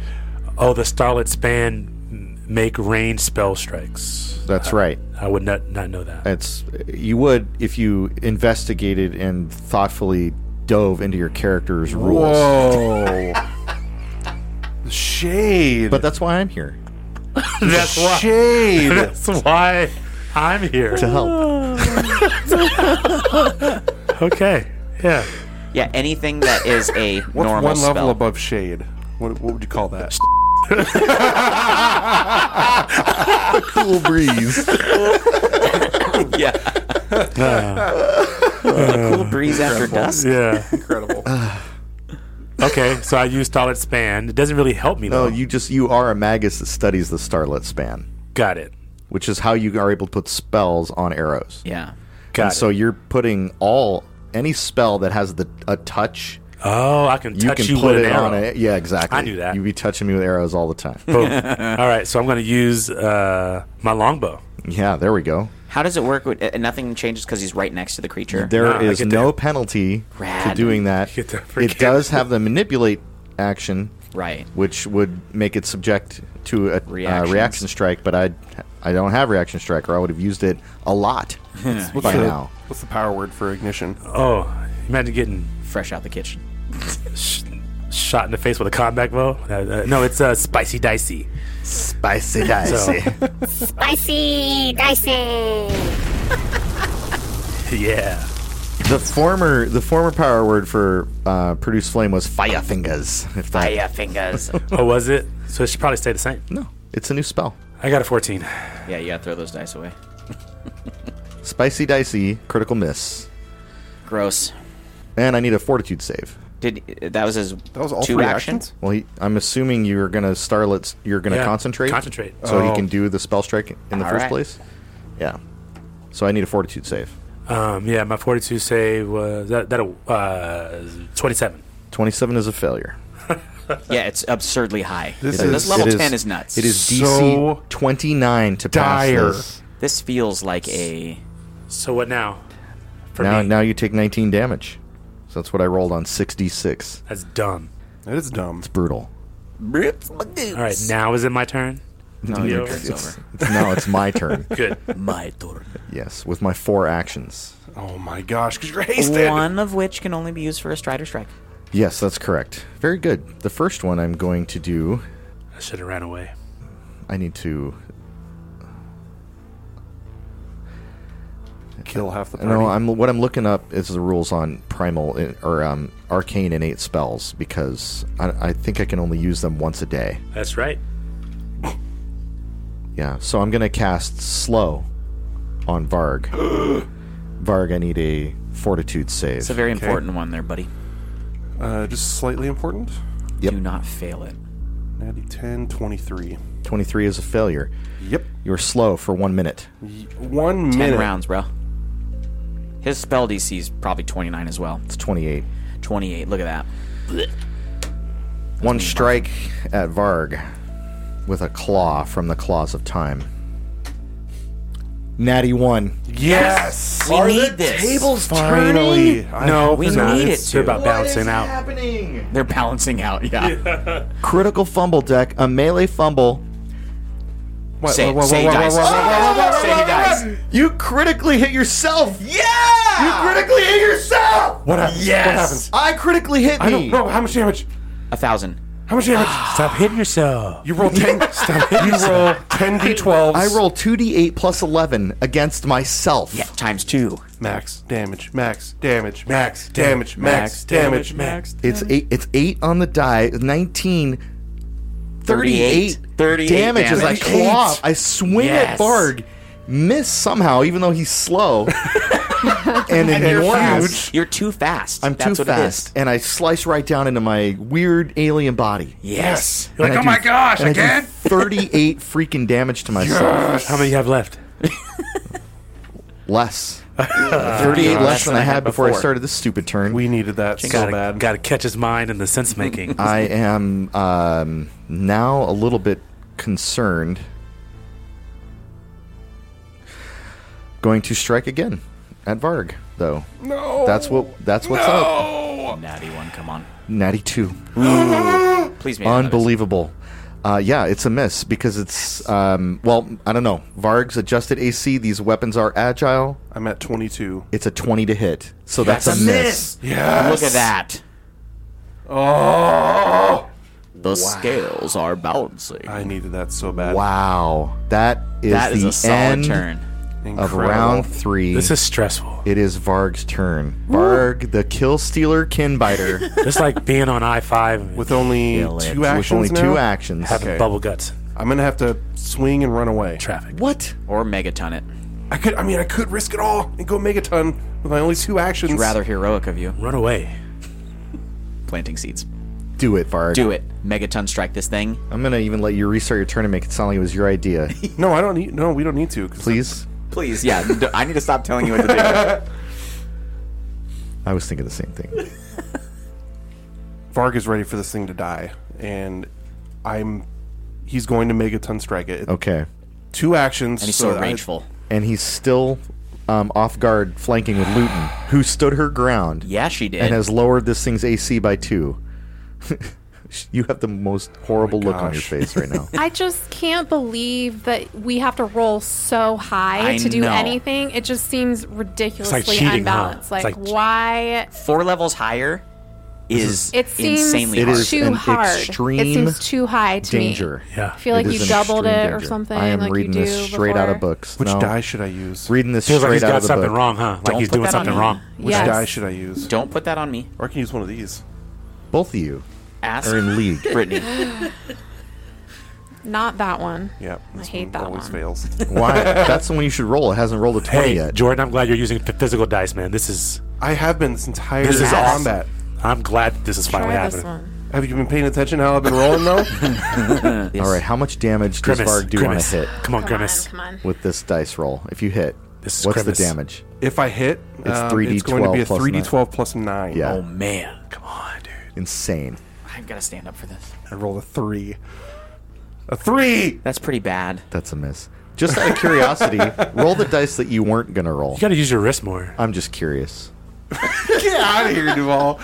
Speaker 5: Oh, the Starlit Span m- make range spell strikes.
Speaker 2: That's right.
Speaker 5: I would not, not know that.
Speaker 2: it's you would if you investigated and thoughtfully dove into your character's rules.
Speaker 4: Whoa. Shade.
Speaker 2: But that's why I'm here
Speaker 5: That's why.
Speaker 4: Shade.
Speaker 5: That's why I'm here.
Speaker 2: to help.
Speaker 5: Okay. Yeah.
Speaker 3: Yeah, anything that is a
Speaker 4: What's
Speaker 3: normal
Speaker 4: one
Speaker 3: spell.
Speaker 4: level above shade? What, what would you call that?
Speaker 2: cool breeze.
Speaker 3: yeah.
Speaker 2: Uh,
Speaker 4: Um,
Speaker 3: cool breeze after dusk.
Speaker 5: Yeah.
Speaker 2: Uh.
Speaker 4: Incredible.
Speaker 5: okay, so I use Starlit Span. It doesn't really help me
Speaker 2: No,
Speaker 5: though.
Speaker 2: you just you are a magus that studies the starlit span,
Speaker 5: got it.
Speaker 2: which is how you are able to put spells on arrows.
Speaker 3: Yeah.
Speaker 5: Got
Speaker 2: And
Speaker 5: it.
Speaker 2: so you're putting all any spell that has the a touch,
Speaker 5: oh, I can
Speaker 2: you
Speaker 5: touch
Speaker 2: can
Speaker 5: you,
Speaker 2: put
Speaker 5: with
Speaker 2: it
Speaker 5: an arrow.
Speaker 2: on it. Yeah, exactly.
Speaker 5: I knew that.
Speaker 2: You'd be touching me with arrows all the time.
Speaker 5: Boom. All right, so I'm going to use uh, my longbow.
Speaker 2: yeah, there we go.
Speaker 3: How does it work? With, and nothing changes because he's right next to the creature.
Speaker 2: There
Speaker 5: Nah, I
Speaker 2: is
Speaker 5: get
Speaker 2: no
Speaker 5: that.
Speaker 2: penalty to
Speaker 3: Rad.
Speaker 2: doing that.
Speaker 5: Get that
Speaker 2: It
Speaker 5: freaking-
Speaker 2: does have the manipulate action,
Speaker 3: right.
Speaker 2: which would make it subject to a uh,
Speaker 3: Reactions.
Speaker 2: reaction strike. But I, I don't have reaction strike, or I would have used it a lot
Speaker 4: What's
Speaker 2: by
Speaker 4: the,
Speaker 2: now.
Speaker 4: What's the power word for ignition?
Speaker 5: Oh, imagine getting
Speaker 3: Fresh out the kitchen.
Speaker 5: sh- shot in the face with a combat bow. Uh, uh, no, it's uh, spicy dicey.
Speaker 2: Spicy dicey.
Speaker 7: Spicy dicey.
Speaker 5: yeah.
Speaker 2: the former, the former power word for uh, produce flame was fire fingers. If that,
Speaker 3: Hiya, fingers.
Speaker 5: Oh, was it? So it should probably stay the same.
Speaker 2: no, it's a new spell.
Speaker 5: I got a 14.
Speaker 3: yeah, you gotta throw those dice away.
Speaker 2: Spicy dicey, critical miss,
Speaker 3: Gross.
Speaker 2: and I need a fortitude save.
Speaker 3: Did uh, that was his
Speaker 4: That was all
Speaker 3: two
Speaker 4: three
Speaker 3: actions?
Speaker 4: actions?
Speaker 2: Well, he, I'm assuming you're gonna starlet. You're gonna
Speaker 5: Yeah,
Speaker 2: concentrate.
Speaker 5: concentrate.
Speaker 2: So he
Speaker 5: Oh.
Speaker 2: can do the spell strike in the
Speaker 3: All
Speaker 2: first
Speaker 3: right.
Speaker 2: place. Yeah. So I need a fortitude save.
Speaker 5: Um, yeah, my 42 save was that, that uh, 27.
Speaker 2: Twenty-seven is a failure.
Speaker 3: Yeah, it's absurdly high.
Speaker 4: This
Speaker 3: This,
Speaker 4: is-
Speaker 3: level
Speaker 2: it
Speaker 3: 10 is nuts.
Speaker 2: It is DC
Speaker 4: So
Speaker 2: 29 to pass
Speaker 4: dire.
Speaker 2: this.
Speaker 3: This feels like a.
Speaker 5: So what now? For
Speaker 2: Now,
Speaker 5: me,
Speaker 2: now you take 19 damage. So that's what I rolled on 66.
Speaker 5: that's dumb.
Speaker 4: That is dumb.
Speaker 2: Brutal.
Speaker 5: All right, now is it my turn?
Speaker 3: No, your
Speaker 5: It's-
Speaker 3: turn's over.
Speaker 2: It's- now it's my turn.
Speaker 5: Good.
Speaker 3: My turn.
Speaker 2: Yes, with my four actions.
Speaker 4: Oh my gosh, because you're hasted.
Speaker 3: One of which can only be used for a strider strike.
Speaker 2: Yes, that's correct. Very good. The first one I'm going to do.
Speaker 5: I should have ran away.
Speaker 2: I need to.
Speaker 4: Kill half the party.
Speaker 2: No, I'm what I'm looking up is the rules on primal in- or um, arcane innate spells because I, I think I can only use them once a day.
Speaker 5: That's right.
Speaker 2: Yeah, so I'm gonna cast slow on Varg. Varg, I need a fortitude save.
Speaker 3: It's a very important one there, buddy.
Speaker 4: uh, just slightly important.
Speaker 2: Yep.
Speaker 3: Do not fail it.
Speaker 4: Natty 10, 23.
Speaker 2: 23 is a failure.
Speaker 4: Yep.
Speaker 2: You're slow for one minute.
Speaker 4: One
Speaker 3: 10
Speaker 4: minute.
Speaker 3: rounds, bro. His spell DC is probably 29 as well.
Speaker 2: It's 28.
Speaker 3: 28. Look at that.
Speaker 2: One strike at Varg with a claw from the claws of time. Natty one.
Speaker 4: Yes.
Speaker 3: We need this.
Speaker 4: Finally. I-
Speaker 5: No,
Speaker 3: We
Speaker 5: it's not.
Speaker 3: need
Speaker 5: It's
Speaker 3: it to.
Speaker 5: about bouncing out.
Speaker 2: happening?
Speaker 3: They're balancing out. Yeah.
Speaker 2: Critical fumble deck, a melee fumble.
Speaker 4: What,
Speaker 3: Say,
Speaker 4: what, what,
Speaker 3: say
Speaker 4: what,
Speaker 3: he
Speaker 4: what,
Speaker 3: dies.
Speaker 4: what, what, what, what,
Speaker 3: Say he dies.
Speaker 2: You critically hit yourself.
Speaker 3: Yeah.
Speaker 2: You critically hit yourself.
Speaker 4: what happens? What happens?
Speaker 2: I critically hit me.
Speaker 4: I don't know. How much damage?
Speaker 3: A thousand.
Speaker 4: How much damage?
Speaker 5: Stop hitting yourself.
Speaker 4: you roll 10. you roll 10 d12s.
Speaker 2: I roll 2d8 plus 11 against myself.
Speaker 3: Yeah. Times two.
Speaker 4: max damage, max damage, max damage, max damage, max.
Speaker 2: It's eight. It's eight on the die. 19. 38,
Speaker 3: 38
Speaker 2: damage as I
Speaker 3: damage.
Speaker 2: claw. I swing at
Speaker 3: Yes.
Speaker 2: Barg, miss somehow, even though he's slow. and in one-
Speaker 3: You're too fast.
Speaker 2: I'm
Speaker 3: That's
Speaker 2: too
Speaker 3: what it is.
Speaker 2: fast, and I slice right down into my weird alien body.
Speaker 3: Yes.
Speaker 5: You're like,
Speaker 2: And
Speaker 5: oh
Speaker 2: I
Speaker 5: my
Speaker 2: do-
Speaker 5: gosh,
Speaker 2: and I do
Speaker 5: again?
Speaker 2: 38 freaking damage to myself.
Speaker 5: How many you have left?
Speaker 2: Less. 38 less than I had before I
Speaker 3: before.
Speaker 2: started this stupid turn.
Speaker 4: We needed that so
Speaker 5: Gotta,
Speaker 4: bad.
Speaker 5: gotta catch his mind in the sense making.
Speaker 2: I am um, now a little bit concerned. Going to strike again at Varg, though. No, that's what that's what's up.
Speaker 3: Natty one. Come on.
Speaker 2: Natty two,
Speaker 3: Please make another.
Speaker 2: unbelievable. Uh, yeah, it's a miss because it's um, well, I don't know. Varg's adjusted AC. These weapons are agile.
Speaker 4: I'm at 22.
Speaker 2: It's a twenty to hit, so that's, a miss.
Speaker 3: Look
Speaker 4: Yes.
Speaker 3: at that.
Speaker 4: Oh.
Speaker 3: The scales are balancing.
Speaker 4: I needed that so bad.
Speaker 2: Wow, that is
Speaker 3: That is
Speaker 2: the
Speaker 3: a solid
Speaker 2: end
Speaker 3: turn.
Speaker 2: of
Speaker 4: Incredible.
Speaker 2: round three.
Speaker 5: this is stressful.
Speaker 2: It is Varg's turn. Varg, the kill stealer, kin biter,
Speaker 5: It's like being on I five with
Speaker 4: with only two actions.
Speaker 2: with only two
Speaker 4: now?
Speaker 2: actions.
Speaker 5: having
Speaker 4: okay.
Speaker 5: bubble guts
Speaker 4: I'm gonna have to swing and run away.
Speaker 5: traffic.
Speaker 2: What?
Speaker 3: Or megaton it.
Speaker 4: I could. I mean, I could risk it all and go megaton with my only two actions.
Speaker 3: Rather heroic of you.
Speaker 5: Run away.
Speaker 3: Planting seeds.
Speaker 2: Do it, Varg.
Speaker 3: Do it. Megaton strike this thing.
Speaker 2: I'm gonna even let you restart your turn and make it sound like it was your idea.
Speaker 4: No, I don't need. No, we don't need to. 'cause-
Speaker 2: Please.
Speaker 3: Please, yeah. d- I need to stop telling you what to
Speaker 2: I was thinking the same thing.
Speaker 4: Varg is ready for this thing to die, and I'm. He's going to make a ton strike it.
Speaker 2: Okay.
Speaker 4: Two actions.
Speaker 3: do. He's so
Speaker 4: I-
Speaker 3: rageful.
Speaker 2: And he's still um, off guard, flanking with Luton, who stood her ground
Speaker 3: Yeah, she did.
Speaker 2: and has lowered this thing's AC by two. you have the
Speaker 1: Oh
Speaker 2: most horrible look on your
Speaker 4: gosh.
Speaker 2: face right now.
Speaker 6: I just can't believe that we have to roll so high
Speaker 3: I
Speaker 6: to do
Speaker 3: know.
Speaker 6: anything. It just seems ridiculously
Speaker 1: cheating, huh?
Speaker 6: unbalanced.
Speaker 1: It's
Speaker 6: Like,
Speaker 1: like-
Speaker 6: why?
Speaker 3: Four levels higher is
Speaker 6: It seems
Speaker 3: insanely
Speaker 2: It
Speaker 3: hard.
Speaker 2: is
Speaker 6: too
Speaker 2: an
Speaker 6: hard. It
Speaker 2: extreme
Speaker 6: seems too high to
Speaker 2: Danger.
Speaker 6: me.
Speaker 1: Yeah.
Speaker 6: I feel like
Speaker 2: It
Speaker 6: you
Speaker 2: is an
Speaker 6: doubled it
Speaker 2: extreme
Speaker 6: or
Speaker 2: danger.
Speaker 6: something.
Speaker 2: I am
Speaker 6: like you
Speaker 2: reading this
Speaker 6: do
Speaker 2: straight out of
Speaker 6: before.
Speaker 2: books.
Speaker 4: Which
Speaker 2: No.
Speaker 4: die should I use?
Speaker 2: Reading this
Speaker 1: Feels
Speaker 2: straight
Speaker 1: like he's
Speaker 2: out
Speaker 1: got
Speaker 2: of the
Speaker 1: something
Speaker 2: book.
Speaker 1: wrong, huh? Like
Speaker 3: Don't
Speaker 1: he's
Speaker 3: put
Speaker 1: doing
Speaker 3: that on
Speaker 1: something
Speaker 3: me.
Speaker 1: wrong.
Speaker 4: Which
Speaker 6: Yes.
Speaker 4: die should I use?
Speaker 3: Don't put that on me.
Speaker 4: Or I can use one of these.
Speaker 2: Both of you
Speaker 3: Ask
Speaker 2: are in league.
Speaker 3: Brittany.
Speaker 6: Not that one.
Speaker 4: Yeah, this
Speaker 6: hate that
Speaker 4: always
Speaker 6: one.
Speaker 4: fails.
Speaker 2: Why? That's the one you should roll. It hasn't rolled a twenty
Speaker 1: Hey,
Speaker 2: yet.
Speaker 1: Jordan, I'm glad you're using f- physical dice, man. This is.
Speaker 4: I have been this entire
Speaker 1: This is awesome.
Speaker 4: combat.
Speaker 1: I'm glad that this is finally
Speaker 6: Try this
Speaker 1: happening.
Speaker 6: one.
Speaker 4: Have you been paying attention how I've been rolling though?
Speaker 2: All right. How much damage does
Speaker 1: Grimace,
Speaker 2: Varg do
Speaker 1: grimace.
Speaker 2: on a hit?
Speaker 1: Come on,
Speaker 6: Come
Speaker 1: grimace.
Speaker 6: on, come on.
Speaker 2: with this dice roll. If you hit,
Speaker 1: This is
Speaker 2: what's
Speaker 1: grimace.
Speaker 2: the damage?
Speaker 4: if I hit, um,
Speaker 2: It's
Speaker 4: it's,
Speaker 2: 3D12
Speaker 4: going to be a
Speaker 2: plus
Speaker 4: 3d12 plus 9.
Speaker 2: Yeah,
Speaker 3: Oh man,
Speaker 1: Come on, dude.
Speaker 2: insane.
Speaker 3: I've got to stand up for this.
Speaker 4: I rolled a 3. A 3!
Speaker 3: That's pretty bad.
Speaker 2: That's a miss. Just out of curiosity, roll the dice that you weren't gonna roll.
Speaker 1: You gotta use your wrist more.
Speaker 2: I'm just curious.
Speaker 4: Get out of here, Duval.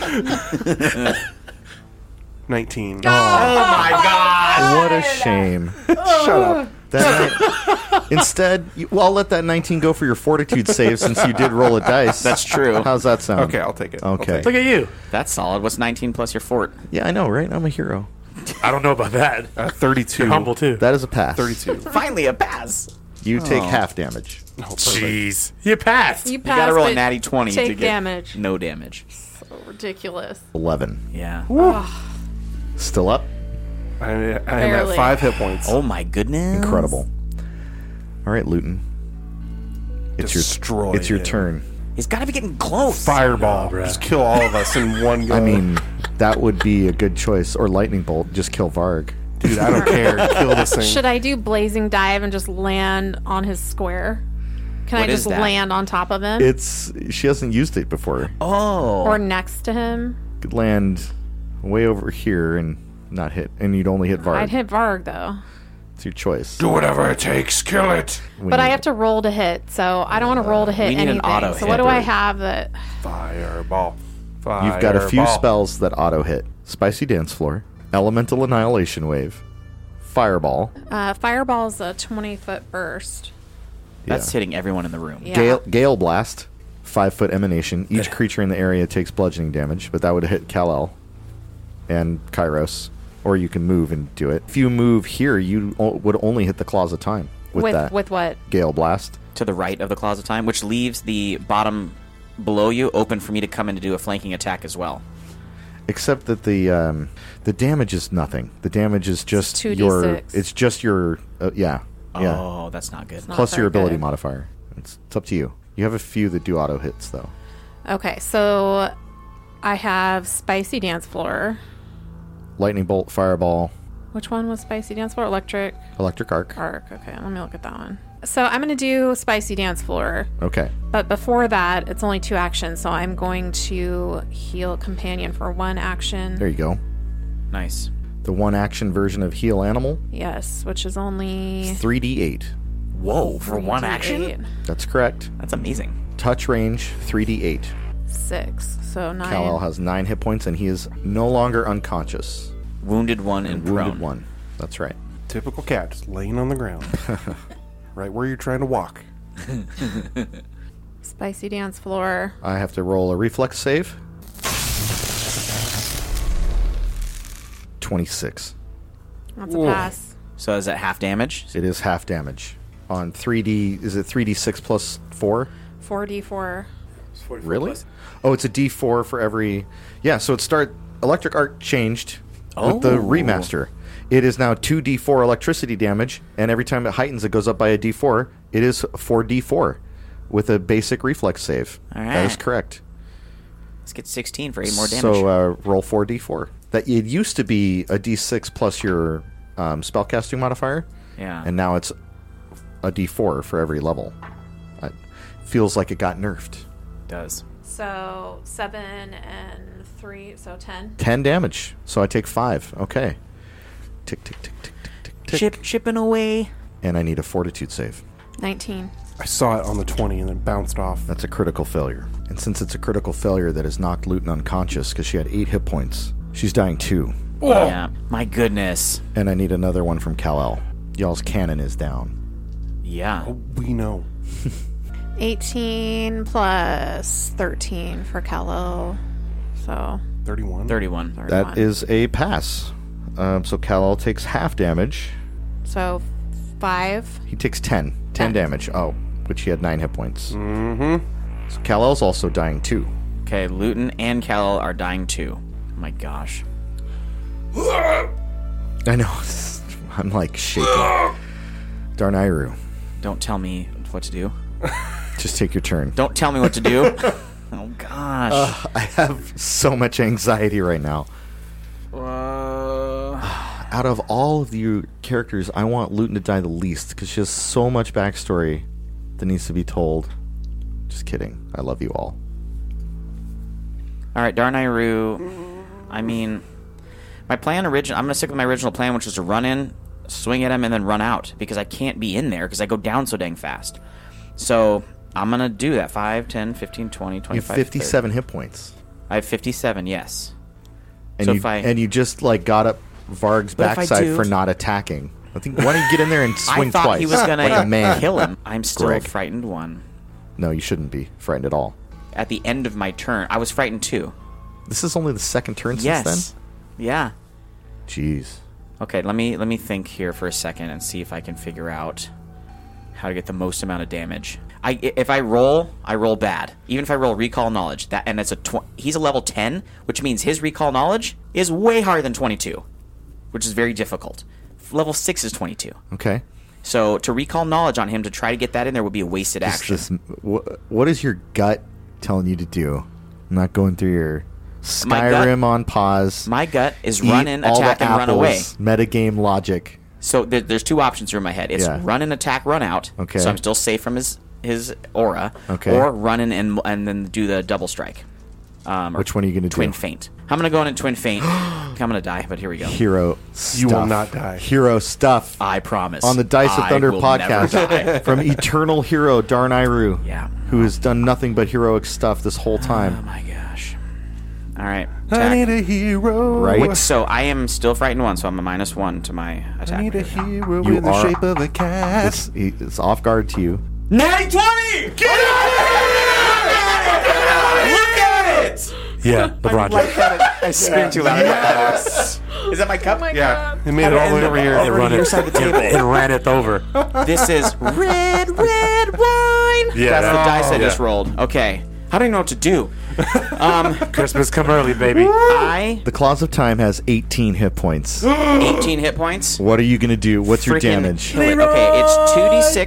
Speaker 4: 19.
Speaker 1: Oh.
Speaker 2: What a shame.
Speaker 4: Shut up.
Speaker 2: That instead, you, well, I'll let that 19 go for your fortitude save since you did roll a dice.
Speaker 3: That's true.
Speaker 2: How's that sound?
Speaker 4: Okay, I'll take it. I'll
Speaker 2: Okay.
Speaker 4: take
Speaker 1: Look at you.
Speaker 3: That's solid. What's 19 plus your fort?
Speaker 2: Yeah, I know, right? I'm a hero.
Speaker 1: I don't know about that.
Speaker 4: it. Uh, 32.
Speaker 1: Humble too.
Speaker 2: That is a pass.
Speaker 4: 32.
Speaker 3: Finally, a pass.
Speaker 2: You
Speaker 4: Oh.
Speaker 2: take half damage.
Speaker 1: Jeez, you passed.
Speaker 6: You
Speaker 3: You
Speaker 6: passed.
Speaker 3: gotta roll a
Speaker 6: but
Speaker 3: natty 20 to
Speaker 6: Take
Speaker 3: get
Speaker 6: damage.
Speaker 3: no damage.
Speaker 6: Ridiculous.
Speaker 2: 11.
Speaker 3: Yeah.
Speaker 2: Still up.
Speaker 4: I, I am at
Speaker 6: Barely.
Speaker 4: 5 hit points.
Speaker 3: Oh my goodness.
Speaker 2: Incredible. All right, Luton. It's
Speaker 4: Destroy
Speaker 2: your It's your
Speaker 4: him.
Speaker 2: turn.
Speaker 3: He's gotta be getting close.
Speaker 4: Fireball.
Speaker 1: Nah, bruh.
Speaker 4: Just kill all of us in one go.
Speaker 2: I mean, that would be a good choice. Or lightning bolt, just kill Varg.
Speaker 4: dude, I don't care. Kill this thing.
Speaker 6: Should I do blazing dive and just land on his square? Can I
Speaker 3: What is
Speaker 6: just
Speaker 3: that?
Speaker 6: land on top of him
Speaker 2: It's she hasn't used it before.
Speaker 3: Oh.
Speaker 6: or next to him?
Speaker 2: Could land way over here and not hit, and you'd only hit Varg.
Speaker 6: I'd hit Varg though,
Speaker 2: It's your choice.
Speaker 4: Do whatever it takes. Kill it.
Speaker 6: but I have to roll to hit, so I don't want to roll to hit
Speaker 3: we need an
Speaker 6: anything.
Speaker 3: auto
Speaker 6: so what do
Speaker 3: hit.
Speaker 6: I have that?
Speaker 4: Fireball. Fireball.
Speaker 2: You've got a few spells that auto hit: spicy dance floor, elemental annihilation wave, fireball,
Speaker 6: Uh, Fireball's a twenty foot burst.
Speaker 3: That's hitting everyone in the room.
Speaker 6: Yeah.
Speaker 2: gale, gale blast, five foot emanation. Each creature in the area takes bludgeoning damage, but that would hit Kal-El and Kairos. Or you can move and do it. If you move here, you o- would only hit the claws of time with,
Speaker 6: with
Speaker 2: that.
Speaker 6: with what?
Speaker 2: Gale Blast.
Speaker 3: To the right of the Claws of Time, which leaves the bottom below you open for me to come in to do a flanking attack as well.
Speaker 2: Except that the um, the damage is nothing. The damage is just
Speaker 6: 2d6.
Speaker 2: your. It's just your. Uh, yeah, yeah.
Speaker 3: Oh, that's not good.
Speaker 6: not
Speaker 2: Plus your
Speaker 6: very
Speaker 2: ability
Speaker 6: good.
Speaker 2: modifier. It's, it's up to you. You have a few that do auto hits though.
Speaker 6: Okay, so I have spicy dance floor.
Speaker 2: Lightning bolt, fireball,
Speaker 6: Which one was spicy dance floor? Electric
Speaker 2: electric arc.
Speaker 6: arc. Okay, let me look at that one. So I'm gonna do spicy dance floor.
Speaker 2: Okay.
Speaker 6: But before that, it's only two actions, so I'm going to heal companion for one action.
Speaker 2: There you go.
Speaker 3: Nice.
Speaker 2: The one action version of heal animal,
Speaker 6: Yes, which is only
Speaker 2: 3d8.
Speaker 3: Whoa, for one action?
Speaker 6: eight,
Speaker 2: That's correct.
Speaker 3: That's amazing.
Speaker 2: Touch range 3d8.
Speaker 6: six. So nine.
Speaker 2: Kal El has nine hit points and he is no longer unconscious.
Speaker 3: Wounded one and prone.
Speaker 2: Wounded one. That's right.
Speaker 4: Typical cat, just laying on the ground, right where you're trying to walk.
Speaker 6: Spicy dance floor.
Speaker 2: I have to roll a reflex save. 26.
Speaker 6: That's a pass.
Speaker 3: So is that half damage?
Speaker 2: It is half damage. On 3D, is it 3D6 plus 4?
Speaker 6: Four D four.
Speaker 2: Really? Oh, it's a D4 for every. Yeah, so it start. Electric Arc changed with the
Speaker 3: Oh.
Speaker 2: remaster. It is now 2D4 electricity damage, and every time it heightens, it goes up by a D4. It is 4D4 with a basic reflex save. That is
Speaker 3: Alright.
Speaker 2: correct.
Speaker 3: Let's get 16 for 8 more damage.
Speaker 2: So uh, roll 4D4. that it used to be a d6 plus your um, spellcasting modifier,
Speaker 3: Yeah.
Speaker 2: and now it's a d4 for every level. It feels like it got nerfed.
Speaker 3: it does.
Speaker 6: So seven and three, so ten.
Speaker 2: 10 damage, so I take 5. Okay. Tick, tick, tick, tick, tick, tick, tick.
Speaker 3: Chip chipping away.
Speaker 2: And I need a fortitude save.
Speaker 6: Nineteen.
Speaker 4: I saw it on the 20 and then bounced off.
Speaker 2: That's a critical failure. And since it's a critical failure that has knocked Luton unconscious because she had 8 hit points, she's dying 2.
Speaker 3: Yeah. My goodness.
Speaker 2: And I need another one from Kal-El. Y'all's cannon is down.
Speaker 3: Yeah.
Speaker 4: We know.
Speaker 6: 18 plus 13 for Kello. So
Speaker 4: 31.
Speaker 3: 31.
Speaker 2: That
Speaker 6: 31.
Speaker 2: is a pass. Um, so Kal-El takes half damage.
Speaker 6: So five.
Speaker 2: He takes 10. 10
Speaker 6: Ten.
Speaker 2: damage. Oh, which he had 9 hit points. Mm-hmm. So Kal-El's also dying 2.
Speaker 3: Okay, Luton and Cal are dying too. My gosh.
Speaker 2: I know. I'm like shaking. Darn Iru.
Speaker 3: Don't tell me what to do.
Speaker 2: Just take your turn.
Speaker 3: Don't tell me what to do. oh gosh.
Speaker 2: I have so much anxiety right now. Out of all of you characters, I want Luton to die the least because she has so much backstory that needs to be told. Just kidding. I love you all.
Speaker 3: All right, Darnayru. I mean, my plan original. I'm gonna stick with my original plan, which was to run in, swing at him, and then run out because I can't be in there because I go down so dang fast. So I'm gonna do that. 5, 10, 15, 20,
Speaker 2: You have
Speaker 3: 25.
Speaker 2: 57 hit points,
Speaker 3: 30. I have 57. Yes.
Speaker 2: and
Speaker 3: So
Speaker 2: you
Speaker 3: if I-
Speaker 2: and you just like got up Varg's
Speaker 3: But if I
Speaker 2: backside
Speaker 3: do-
Speaker 2: for not attacking. I think why don't you get in there and swing
Speaker 3: I thought
Speaker 2: twice
Speaker 3: he was gonna
Speaker 2: like a man?
Speaker 3: kill him. I'm still
Speaker 2: Greg.
Speaker 3: frightened. One.
Speaker 2: No, you shouldn't be frightened at all.
Speaker 3: At the end of my turn, I was frightened too.
Speaker 2: This is only the second turn since
Speaker 3: Yes. Yeah.
Speaker 2: then. Jeez.
Speaker 3: Okay, let me let me think here for a second and see if I can figure out how to get the most amount of damage. I if I roll, I roll bad. Even if I roll recall knowledge, that and that's a tw- he's a level 10, which means his recall knowledge is way higher than 22, which is very difficult. Level 6 is 22.
Speaker 2: Okay.
Speaker 3: So to recall knowledge on him to try to get that in there would be a wasted
Speaker 2: It's
Speaker 3: action.
Speaker 2: just- wh- what is your gut telling you to do? I'm not going through your
Speaker 3: My gut-
Speaker 2: Skyrim on pause.
Speaker 3: My gut is
Speaker 2: eat
Speaker 3: run in,
Speaker 2: all the
Speaker 3: attack, and run
Speaker 2: apples,
Speaker 3: away.
Speaker 2: Metagame logic.
Speaker 3: So there, there's two options through my head. It's
Speaker 2: Yeah.
Speaker 3: run and attack, run out.
Speaker 2: Okay.
Speaker 3: So I'm still safe from his his aura.
Speaker 2: Okay.
Speaker 3: Or run in and and then do the double strike. Um, or
Speaker 2: Which one are you going to do?
Speaker 3: twin feint? I'm gonna go in and twin feint. I'm gonna die, but here we go.
Speaker 2: Hero stuff.
Speaker 4: will not die.
Speaker 2: Hero stuff.
Speaker 3: I promise.
Speaker 2: on the Dice of
Speaker 3: I
Speaker 2: Thunder
Speaker 3: will never die.
Speaker 2: podcast from eternal hero Darn Iru,
Speaker 3: Yeah.
Speaker 2: who has done nothing but heroic stuff this whole
Speaker 3: oh
Speaker 4: Ah,
Speaker 2: time.
Speaker 3: my gosh. All right.
Speaker 4: I need
Speaker 3: Attack.
Speaker 4: a hero.
Speaker 2: Right?
Speaker 3: Wait, so I am still frightened one, so I'm a minus one to my attack.
Speaker 4: I need a hero
Speaker 2: You
Speaker 4: in the
Speaker 2: are-
Speaker 4: shape of a cat.
Speaker 2: It's, it's off guard to you.
Speaker 3: Nat twenty. Get Look at it!
Speaker 1: Yeah, LeBron James.
Speaker 3: I screamed too loud. Is that my cup?
Speaker 4: Yeah. It made it all the way over here.
Speaker 1: It, run it,
Speaker 3: side of the
Speaker 1: it-
Speaker 3: table.
Speaker 1: it ran it over.
Speaker 3: This is red, red wine.
Speaker 1: Yeah.
Speaker 3: that's the dice
Speaker 2: Oh,
Speaker 3: I just
Speaker 1: Yeah.
Speaker 3: rolled. Okay, I don't even know what to do.
Speaker 1: Christmas come early, baby.
Speaker 3: I
Speaker 2: The Claws of Time has 18 hit points.
Speaker 3: 18 hit points.
Speaker 2: what are you going to do? What's your
Speaker 3: Freaking
Speaker 2: damage?
Speaker 3: kill it. Okay, it's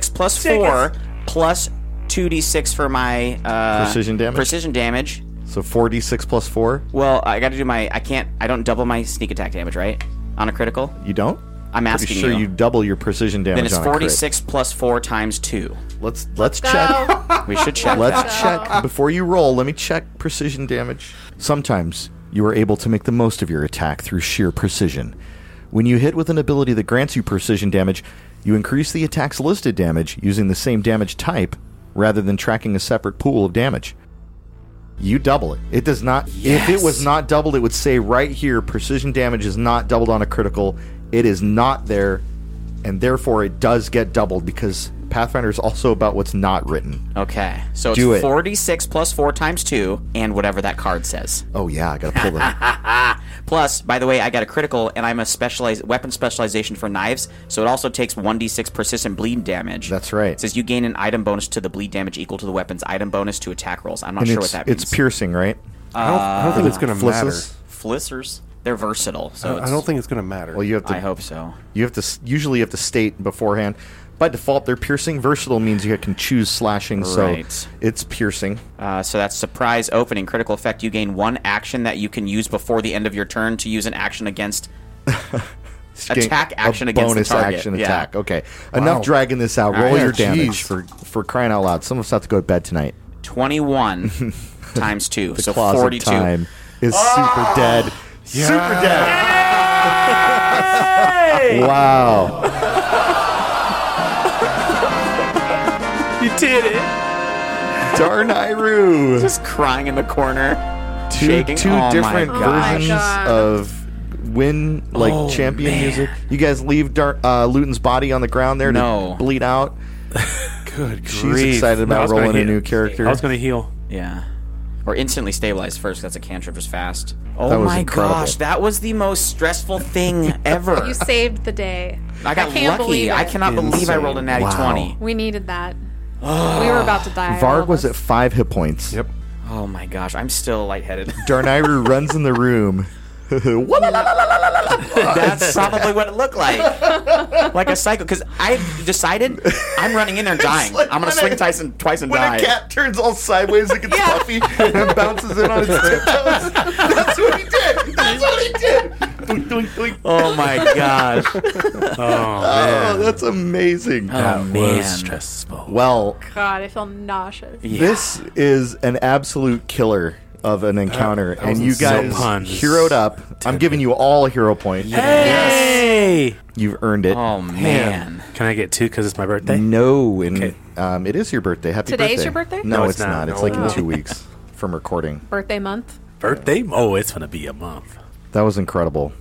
Speaker 3: 2d6 plus four plus 2d6 for my uh,
Speaker 2: Precision damage?
Speaker 3: Precision damage.
Speaker 2: So 4d6 plus 4?
Speaker 3: Well, I got to do my. I can't. I don't double my sneak attack damage, right? On a critical,
Speaker 2: You don't?
Speaker 3: I'm
Speaker 2: Pretty
Speaker 3: asking
Speaker 2: sure
Speaker 3: you.
Speaker 2: you double your precision damage
Speaker 3: then it's
Speaker 2: on a crit.
Speaker 3: 46 plus four times two.
Speaker 2: Let's let's check.
Speaker 3: We should check
Speaker 2: Let's
Speaker 3: that.
Speaker 2: check before you roll. Let me check precision damage. Sometimes you are able to make the most of your attack through sheer precision. When you hit with an ability that grants you precision damage, you increase the attack's listed damage using the same damage type rather than tracking a separate pool of damage. You double it. It does not. If it was not doubled, it would say right here precision damage is not doubled on a critical. It is not there, and therefore it does get doubled because Pathfinder is also about what's not written.
Speaker 3: Okay, so it's
Speaker 2: Do it.
Speaker 3: 46 plus four times two, and whatever that card says.
Speaker 2: Oh yeah, I gotta pull that.
Speaker 3: Plus, by the way, I got a critical, and I'm a specialized weapon specialization for knives, so it also takes 1d6 persistent bleed damage.
Speaker 2: That's right.
Speaker 3: It says you gain an item bonus to the bleed damage equal to the weapon's item bonus to attack rolls. I'm not
Speaker 2: and
Speaker 3: sure
Speaker 2: it's,
Speaker 3: what that means.
Speaker 2: it's piercing, right?
Speaker 4: I, don't, I don't think it's going to matter.
Speaker 2: Flisses?
Speaker 3: Flissers, they're versatile, so
Speaker 4: I
Speaker 3: it's,
Speaker 4: I don't think it's going to matter.
Speaker 2: Well, you have to.
Speaker 3: I hope so.
Speaker 2: You have to. s- Usually, you have to state beforehand. by default, they're piercing. Versatile means you can choose slashing,
Speaker 3: Right.
Speaker 2: so it's piercing.
Speaker 3: Uh, so that's surprise opening. Critical effect. You gain one action that you can use before the end of your turn to use an action against. Attack
Speaker 2: Gain
Speaker 3: action
Speaker 2: a
Speaker 3: against the
Speaker 2: bonus
Speaker 3: target.
Speaker 2: action
Speaker 3: Yeah.
Speaker 2: attack. Okay, enough dragging this out. Roll
Speaker 4: Ah, Yeah,
Speaker 2: your damage
Speaker 4: jeez.
Speaker 2: for for crying out loud. Some of us have to go to bed tonight.
Speaker 3: 21 times 2.
Speaker 2: The
Speaker 3: so Ah!
Speaker 2: closet
Speaker 3: 42.
Speaker 2: time is super dead. Super dead. Wow.
Speaker 5: You did it.
Speaker 2: Darn Iru.
Speaker 3: Just crying in the corner.
Speaker 2: Two,
Speaker 3: shaking.
Speaker 2: two
Speaker 3: Oh my
Speaker 2: different
Speaker 3: God. Oh my
Speaker 2: versions
Speaker 6: God.
Speaker 2: of win like champion music. You guys leave Dar- uh, Luton's body on the ground there
Speaker 3: No.
Speaker 2: to bleed out.
Speaker 4: Good
Speaker 2: She's
Speaker 4: grief.
Speaker 2: excited
Speaker 5: I
Speaker 2: about
Speaker 5: was gonna
Speaker 2: rolling a
Speaker 5: hit-
Speaker 2: new character.
Speaker 5: I was going to heal.
Speaker 3: Yeah. Or instantly stabilize first. That's a cantrip is fast. Oh
Speaker 2: That was
Speaker 3: my
Speaker 2: incredible.
Speaker 3: gosh, that was the most stressful thing ever.
Speaker 6: You saved the day.
Speaker 3: I got
Speaker 6: can't
Speaker 3: lucky.
Speaker 6: believe it.
Speaker 3: I cannot believe I
Speaker 4: Insane.
Speaker 3: rolled a natty
Speaker 2: Wow.
Speaker 3: 20.
Speaker 6: We needed that. we were about to die. all
Speaker 2: Varg
Speaker 6: of
Speaker 2: was at
Speaker 6: us.
Speaker 2: five hit points.
Speaker 4: Yep.
Speaker 3: Oh my gosh, I'm still lightheaded.
Speaker 2: Darnayru runs in the room.
Speaker 3: That's probably what it looked like. Like a cycle. Because I decided I'm running in there dying.
Speaker 2: like
Speaker 3: I'm
Speaker 2: when
Speaker 3: going to swing
Speaker 2: I-
Speaker 3: Tyson twice and
Speaker 2: when
Speaker 3: die.
Speaker 2: a cat turns all sideways and gets puffy and bounces in on its tiptoes. That's what he did. That's what he did. Doink, doink, doink. Oh,
Speaker 3: Oh my gosh.
Speaker 2: that's amazing.
Speaker 3: Oh, man.
Speaker 5: stressful.
Speaker 2: Well,
Speaker 6: God, I feel nauseous.
Speaker 2: this is an absolute killer of an encounter,
Speaker 4: was
Speaker 2: and you
Speaker 4: insane.
Speaker 2: guys
Speaker 5: No puns.
Speaker 2: heroed up. I'm giving you all a hero point.
Speaker 5: Hey!
Speaker 2: You've earned it.
Speaker 3: Oh man.
Speaker 5: Can I get two because it's my birthday?
Speaker 2: Mm. No, and um, it is your birthday. Happy birthday.
Speaker 6: Today's your birthday?
Speaker 2: No,
Speaker 5: No,
Speaker 2: it's,
Speaker 5: it's
Speaker 2: not.
Speaker 5: not.
Speaker 2: It's
Speaker 4: No.
Speaker 2: like in two weeks from recording.
Speaker 6: Birthday month.
Speaker 5: Birthday? Oh, it's going to be a month.
Speaker 2: That was incredible.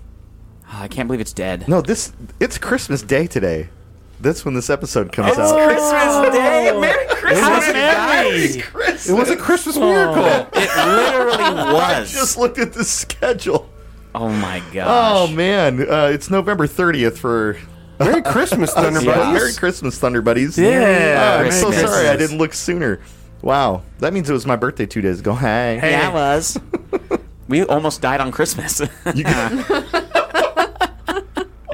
Speaker 3: Oh, I can't believe it's dead.
Speaker 2: No, this it's Christmas Day today. That's when this episode comes out.
Speaker 3: Christmas Day. Merry Christmas, guys.
Speaker 4: It was a Christmas Oh. miracle.
Speaker 3: It literally was.
Speaker 2: Just looked at the schedule.
Speaker 3: Oh my
Speaker 2: Oh
Speaker 3: gosh.
Speaker 2: man, uh, it's November 30th for
Speaker 4: Merry Christmas, Thunder
Speaker 3: Yeah.
Speaker 4: Buddies.
Speaker 2: Merry Christmas, Thunder Buddies.
Speaker 5: Yeah,
Speaker 2: Uh, I'm so
Speaker 3: Merry
Speaker 2: sorry I
Speaker 3: Christmas.
Speaker 2: didn't look sooner. Wow, that means it was my birthday two days ago. Hey,
Speaker 3: yeah, it was. We almost died on Christmas.
Speaker 2: You-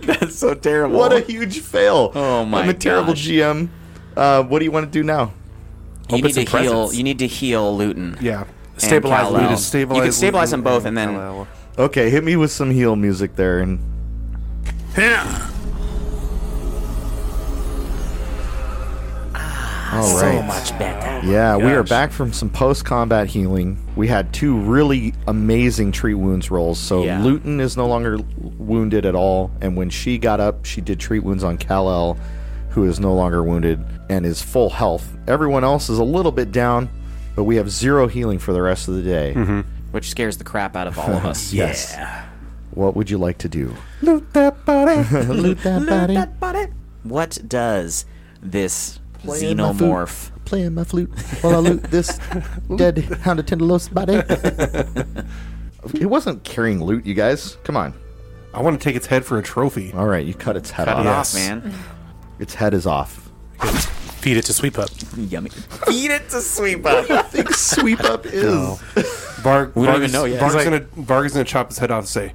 Speaker 3: That's so terrible.
Speaker 2: what a huge fail!
Speaker 3: Oh, my
Speaker 2: I'm a terrible
Speaker 3: gosh.
Speaker 2: GM. Uh, what do you want to do now?
Speaker 3: you
Speaker 5: Open
Speaker 3: need to
Speaker 5: some
Speaker 3: heal.
Speaker 5: presents.
Speaker 3: You need to heal Luton.
Speaker 4: Yeah.
Speaker 3: and
Speaker 5: Stabilize
Speaker 3: Kal-El.
Speaker 5: Luton.
Speaker 4: We just stabilize
Speaker 3: You can stabilize them
Speaker 4: Luton
Speaker 3: both, and then
Speaker 4: Kal-El.
Speaker 2: Okay, hit me with some heel music there, and
Speaker 5: Yeah.
Speaker 2: all right.
Speaker 3: better.
Speaker 2: Yeah, we are
Speaker 5: Gosh.
Speaker 2: back from some post combat healing. We had two really amazing treat wounds rolls. So
Speaker 3: Yeah.
Speaker 2: Luton is no longer wounded at all, and when she got up, she did treat wounds on Kal El, who is no longer wounded and is full health. Everyone else is a little bit down, but we have zero healing for the rest of the day.
Speaker 3: Mm-hmm. Which scares the crap out of all of us.
Speaker 2: Yes. What would you like to do? Loot that body.
Speaker 3: What does this
Speaker 2: Playing my flute.
Speaker 3: xenomorph?
Speaker 2: Playing my flute while I loot this dead hound of Tendalos body. it wasn't carrying loot, you guys. Come on.
Speaker 4: I want to take its head for a trophy.
Speaker 2: All right, you cut its head
Speaker 3: Cut
Speaker 2: off.
Speaker 3: it
Speaker 4: Yes.
Speaker 3: off, man.
Speaker 2: Its head is off.
Speaker 5: Feed it to sweep up.
Speaker 3: Yummy. Feed it to sweep up.
Speaker 2: Think sweep up is.
Speaker 4: Oh. Varg,
Speaker 3: We don't
Speaker 4: Varg
Speaker 3: even
Speaker 4: is-
Speaker 3: know yet.
Speaker 4: Varg's,
Speaker 5: He's
Speaker 4: gonna,
Speaker 5: like-
Speaker 4: Varg is gonna chop his head off and say,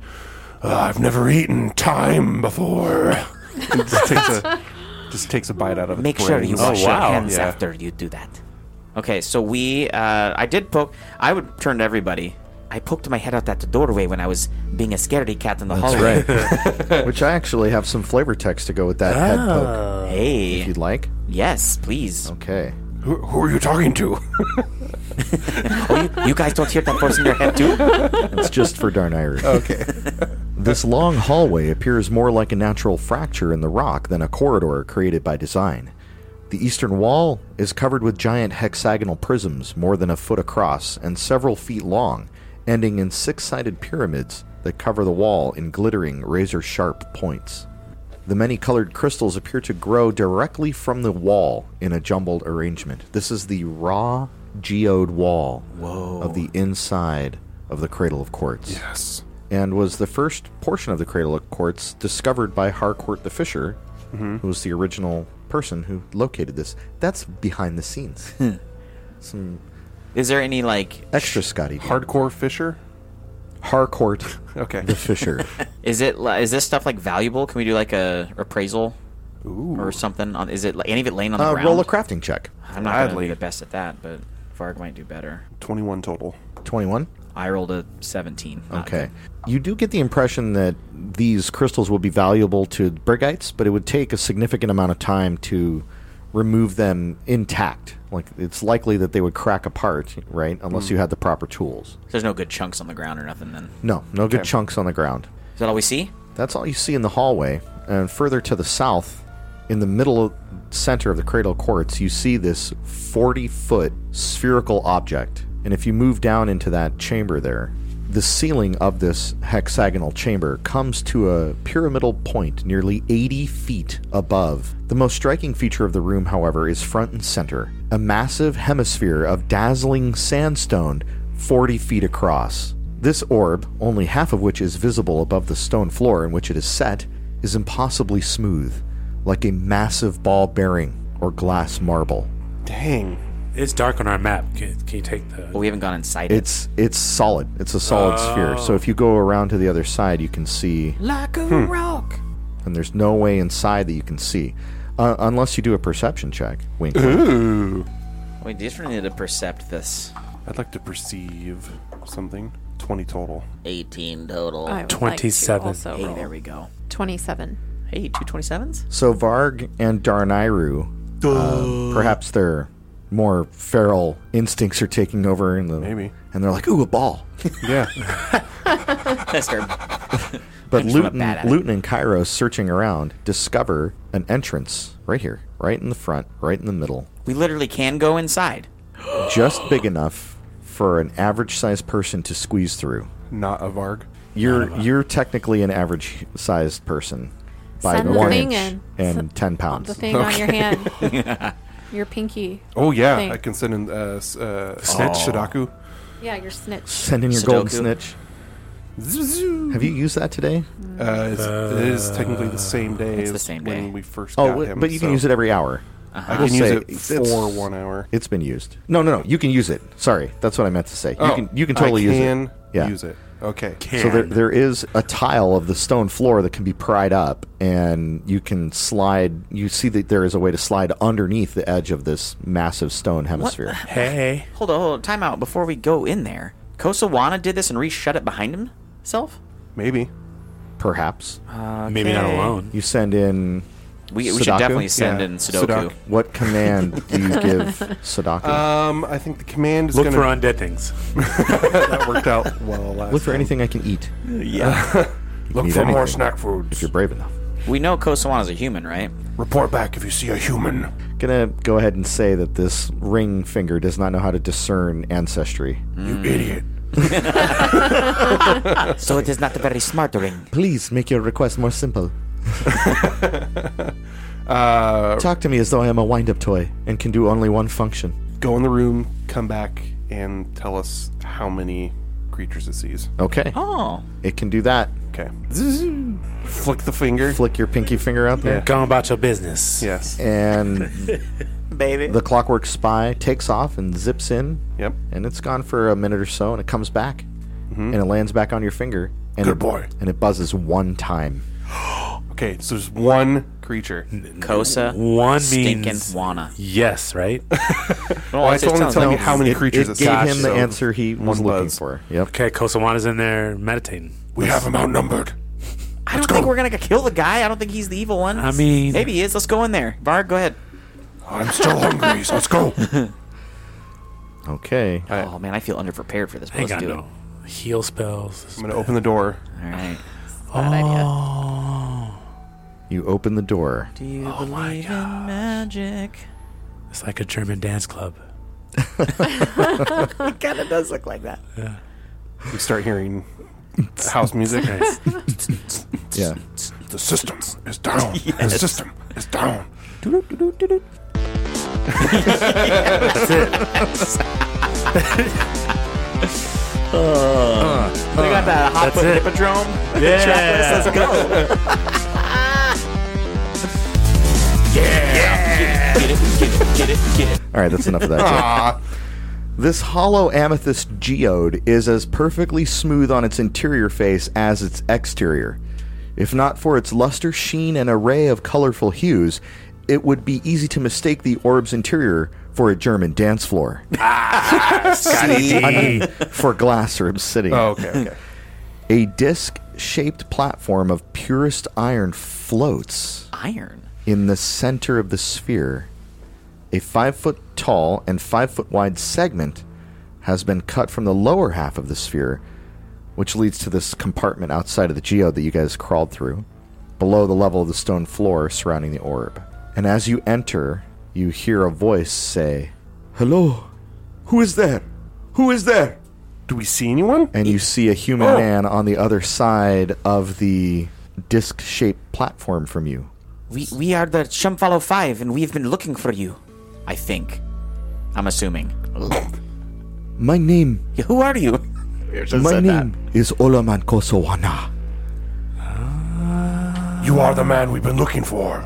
Speaker 4: "Uh, "I've never eaten time before." And just, takes a, just takes a bite out of it. Oh,
Speaker 3: Make sure you
Speaker 2: Oh,
Speaker 3: wash your
Speaker 5: wow.
Speaker 3: hands
Speaker 4: Yeah.
Speaker 3: after you do that. Okay, so we, uh, I did poke. I would turn to everybody. I poked my head out that doorway when I was being a scaredy cat in the hallway.
Speaker 2: Which I actually have some flavor text to go with that head
Speaker 3: Ah.
Speaker 2: poke. If
Speaker 3: Hey,
Speaker 2: you'd like.
Speaker 3: yes, please.
Speaker 2: Okay.
Speaker 4: Who, who are you talking to?
Speaker 3: Oh, you, you guys don't hear that voice in your head too?
Speaker 2: It's just for darn Irish. Okay. this long hallway appears more like a natural fracture in the rock than a corridor created by design. The eastern wall is covered with giant hexagonal prisms more than a foot across and several feet long, ending in six sided pyramids that cover the wall in glittering, razor sharp points. The many colored crystals appear to grow directly from the wall in a jumbled arrangement. This is the raw geode wall of the inside of the Cradle of Quartz.
Speaker 4: yes.
Speaker 2: And was the first portion of the Cradle of Quartz discovered by Harcourt the Fisher, who was the original person who located this. That's behind the scenes. Some
Speaker 3: Is there any like?
Speaker 2: extra Scotty.
Speaker 4: Hardcore Fisher.
Speaker 2: Harcourt
Speaker 4: Okay.
Speaker 2: the Fisher. Uh,
Speaker 3: Is it? li- Is this stuff like valuable? Can we do like a appraisal? or something. On, is it like any of it laying on the
Speaker 2: Uh,
Speaker 3: ground?
Speaker 2: roll a crafting check.
Speaker 3: I'm not going to
Speaker 4: Gladly.
Speaker 3: be the best at that, but Varg might do better.
Speaker 4: 21 total.
Speaker 2: 21.
Speaker 3: I rolled a 17. Not
Speaker 2: Okay.
Speaker 3: good.
Speaker 2: You do get the impression that these crystals will be valuable to Brigites, but it would take a significant amount of time to remove them intact. Like, it's likely that they would crack apart, right? Unless you had the proper tools.
Speaker 3: There's no good chunks on the ground or nothing then.
Speaker 2: No, no good chunks on the ground.
Speaker 3: Is that all we see?
Speaker 2: That's all you see in the hallway. And further to the south, in the middle center of the cradle courts, you see this 40 foot spherical object. And if you move down into that chamber there, the ceiling of this hexagonal chamber comes to a pyramidal point nearly 80 feet above. The most striking feature of the room, however, is front and center a massive hemisphere of dazzling sandstone 40 feet across. This orb, only half of which is visible above the stone floor in which it is set, is impossibly smooth, like a massive ball bearing or glass marble.
Speaker 4: Dang.
Speaker 5: It's dark on our map. Can, can you take
Speaker 3: Well,
Speaker 5: the?
Speaker 3: we haven't gone inside it.
Speaker 2: It's it's solid. It's a solid sphere. So if you go around to the other side, you can see
Speaker 3: Like a rock.
Speaker 2: and there's no way inside that you can see uh, unless you do a perception check. Wink. wink.
Speaker 3: We definitely need to percept this.
Speaker 4: I'd like to perceive something. 20 total.
Speaker 3: 18 total.
Speaker 6: I would like to
Speaker 5: 27.
Speaker 6: also
Speaker 3: hey,
Speaker 6: roll.
Speaker 3: there we go.
Speaker 6: 27.
Speaker 3: Hey, two 27s?
Speaker 2: So Varg and Darnayru, uh, perhaps their more feral instincts are taking over in the
Speaker 4: Maybe.
Speaker 2: and they're like, "Ooh, a ball."
Speaker 4: Yeah.
Speaker 3: That's terrible.
Speaker 2: But
Speaker 3: just not
Speaker 2: Luton,
Speaker 3: bad at it.
Speaker 2: Luton and Cairo, searching around, discover an entrance right here, right in the front, right in the middle,
Speaker 3: We literally can go inside.
Speaker 2: just big enough for an average-sized person to squeeze through.
Speaker 4: Not a Varg.
Speaker 2: You're you're technically an average-sized person by
Speaker 6: Send the
Speaker 2: one
Speaker 6: thing
Speaker 2: inch
Speaker 6: in.
Speaker 2: and
Speaker 6: Send-
Speaker 2: ten
Speaker 6: On
Speaker 2: pounds.
Speaker 6: the thing on your hand. your pinky.
Speaker 4: Oh, yeah.
Speaker 6: Thing.
Speaker 4: I can send in uh, s- uh, Snitch, Shadaku.
Speaker 6: Yeah, your snitch.
Speaker 2: Send in your golden
Speaker 3: Sudoku.
Speaker 2: snitch.
Speaker 4: Zoo.
Speaker 2: Have you used that today?
Speaker 4: Uh, it's, it is technically the same day
Speaker 3: It's the
Speaker 4: as
Speaker 3: same
Speaker 4: when
Speaker 3: day.
Speaker 4: we first
Speaker 2: Oh,
Speaker 4: got
Speaker 2: wi-
Speaker 4: him.
Speaker 2: but you can
Speaker 4: so
Speaker 2: use it every hour.
Speaker 3: Ah.
Speaker 4: I
Speaker 2: We'll
Speaker 4: can
Speaker 2: say
Speaker 4: use it
Speaker 2: it's-
Speaker 4: for one hour.
Speaker 2: It's been used. No, no, no. You can use it. Sorry, that's what I meant to say.
Speaker 4: Oh,
Speaker 2: you can you can totally
Speaker 4: I
Speaker 2: use
Speaker 4: can
Speaker 2: it. Yeah.
Speaker 4: use it. Okay.
Speaker 2: So there, there is a tile of the stone floor that can be pried up, and you can slide. You see that there is a way to slide underneath the edge of this massive stone hemisphere.
Speaker 5: Hey,
Speaker 3: Hold on, hold on. Time out before we go in there. Kosawana did this and re shut it behind himself?
Speaker 4: Maybe.
Speaker 2: Perhaps
Speaker 5: maybe not
Speaker 3: Okay.
Speaker 5: alone.
Speaker 2: you send in.
Speaker 3: We, we should
Speaker 2: Sudoku?
Speaker 3: definitely send
Speaker 4: Yeah,
Speaker 3: in Sudoku.
Speaker 4: Sudoku.
Speaker 2: What command do you give Sadako?
Speaker 4: Um, I think the command is
Speaker 5: Look
Speaker 4: going
Speaker 5: for undead things.
Speaker 4: that worked out well last
Speaker 2: Look for
Speaker 4: time.
Speaker 2: anything I can eat. Uh,
Speaker 4: Look
Speaker 2: Need
Speaker 4: for more
Speaker 2: anything.
Speaker 4: snack foods.
Speaker 2: If you're brave enough.
Speaker 3: We know Kosawana's a human, right?
Speaker 4: Report back if you see a human.
Speaker 2: Gonna go ahead and say that this ring finger does not know how to discern ancestry.
Speaker 4: You idiot.
Speaker 3: So it is not a very smart ring.
Speaker 2: Please make your request more simple.
Speaker 4: Uh,
Speaker 2: Talk to me as though I am a wind up toy and can do only one function.
Speaker 4: go in the room, come back, and tell us how many creatures it sees.
Speaker 2: Okay.
Speaker 3: Oh.
Speaker 2: It can do that.
Speaker 4: Okay. Zzz. Flick the finger.
Speaker 2: Flick your pinky finger out there.
Speaker 5: Go about your business.
Speaker 4: Yes.
Speaker 2: And
Speaker 3: Baby.
Speaker 2: the clockwork spy takes off and zips in.
Speaker 4: Yep.
Speaker 2: And it's gone for a minute or so and it comes back. And it lands back on your finger. And
Speaker 4: Mm-hmm. Good
Speaker 2: it-
Speaker 4: boy.
Speaker 2: And it buzzes one time.
Speaker 4: Okay, so there's one creature.
Speaker 3: Kosa.
Speaker 5: One
Speaker 3: Stinking
Speaker 5: means
Speaker 3: Wana.
Speaker 5: yes, right?
Speaker 3: Well,
Speaker 4: I
Speaker 3: it's just
Speaker 4: told him
Speaker 3: telling
Speaker 4: to tell me
Speaker 3: us-
Speaker 4: how many
Speaker 2: It,
Speaker 4: creatures
Speaker 2: it
Speaker 4: it,
Speaker 2: gave
Speaker 4: sees,
Speaker 2: him the
Speaker 4: so
Speaker 2: answer he was
Speaker 4: one
Speaker 2: looking
Speaker 4: buzz.
Speaker 2: for. Yep.
Speaker 5: Okay, Kosawana's in there meditating.
Speaker 4: We have him outnumbered.
Speaker 3: I don't think we're gonna kill the guy. I don't think he's the evil one.
Speaker 5: I mean-
Speaker 3: maybe he is. Let's go in there. Varg, go ahead.
Speaker 4: I'm still hungry, so let's go.
Speaker 2: Okay.
Speaker 4: right.
Speaker 3: Oh man, I feel underprepared for this. but
Speaker 5: Hang
Speaker 3: Let's
Speaker 5: on,
Speaker 3: do it.
Speaker 5: no. Heal spells.
Speaker 4: I'm gonna open the door.
Speaker 3: All right.
Speaker 6: Bad idea.
Speaker 2: You open the door.
Speaker 3: Do you
Speaker 5: Oh
Speaker 3: believe in magic?
Speaker 5: It's like a German dance club.
Speaker 3: It kind of does look like that.
Speaker 4: We start hearing house music.
Speaker 2: Yeah.
Speaker 4: the system is down. The system is down.
Speaker 3: we got that hot foot hippodrome.
Speaker 5: Yeah.
Speaker 3: Let's go. yeah. Get it, get it, get it, get it.
Speaker 2: All right, that's enough of that. joke. This hollow amethyst geode is as perfectly smooth on its interior face as its exterior. If not for its luster, sheen, and array of colorful hues, it would be easy to mistake the orb's interior for a German dance floor. I mean, for glass or obsidian.
Speaker 4: Oh, okay, okay.
Speaker 2: A disc shaped platform of purest iron floats
Speaker 3: Iron.
Speaker 2: in the center of the sphere. A five foot tall and five foot wide segment has been cut from the lower half of the sphere, which leads to this compartment outside of the geode that you guys crawled through, below the level of the stone floor surrounding the orb. And as you enter, you hear a voice say, Hello, who is there? Who is there?
Speaker 4: Do we see anyone?
Speaker 2: and you see a human
Speaker 4: Oh.
Speaker 2: man on the other side of the disc shaped platform from you.
Speaker 3: We we are the Shumfalo Five, and we've been looking for you. I think. I'm assuming.
Speaker 2: My name
Speaker 3: Yeah, Who are you?
Speaker 2: my name is Olaman Kosowana.
Speaker 4: You are the man we've been looking for.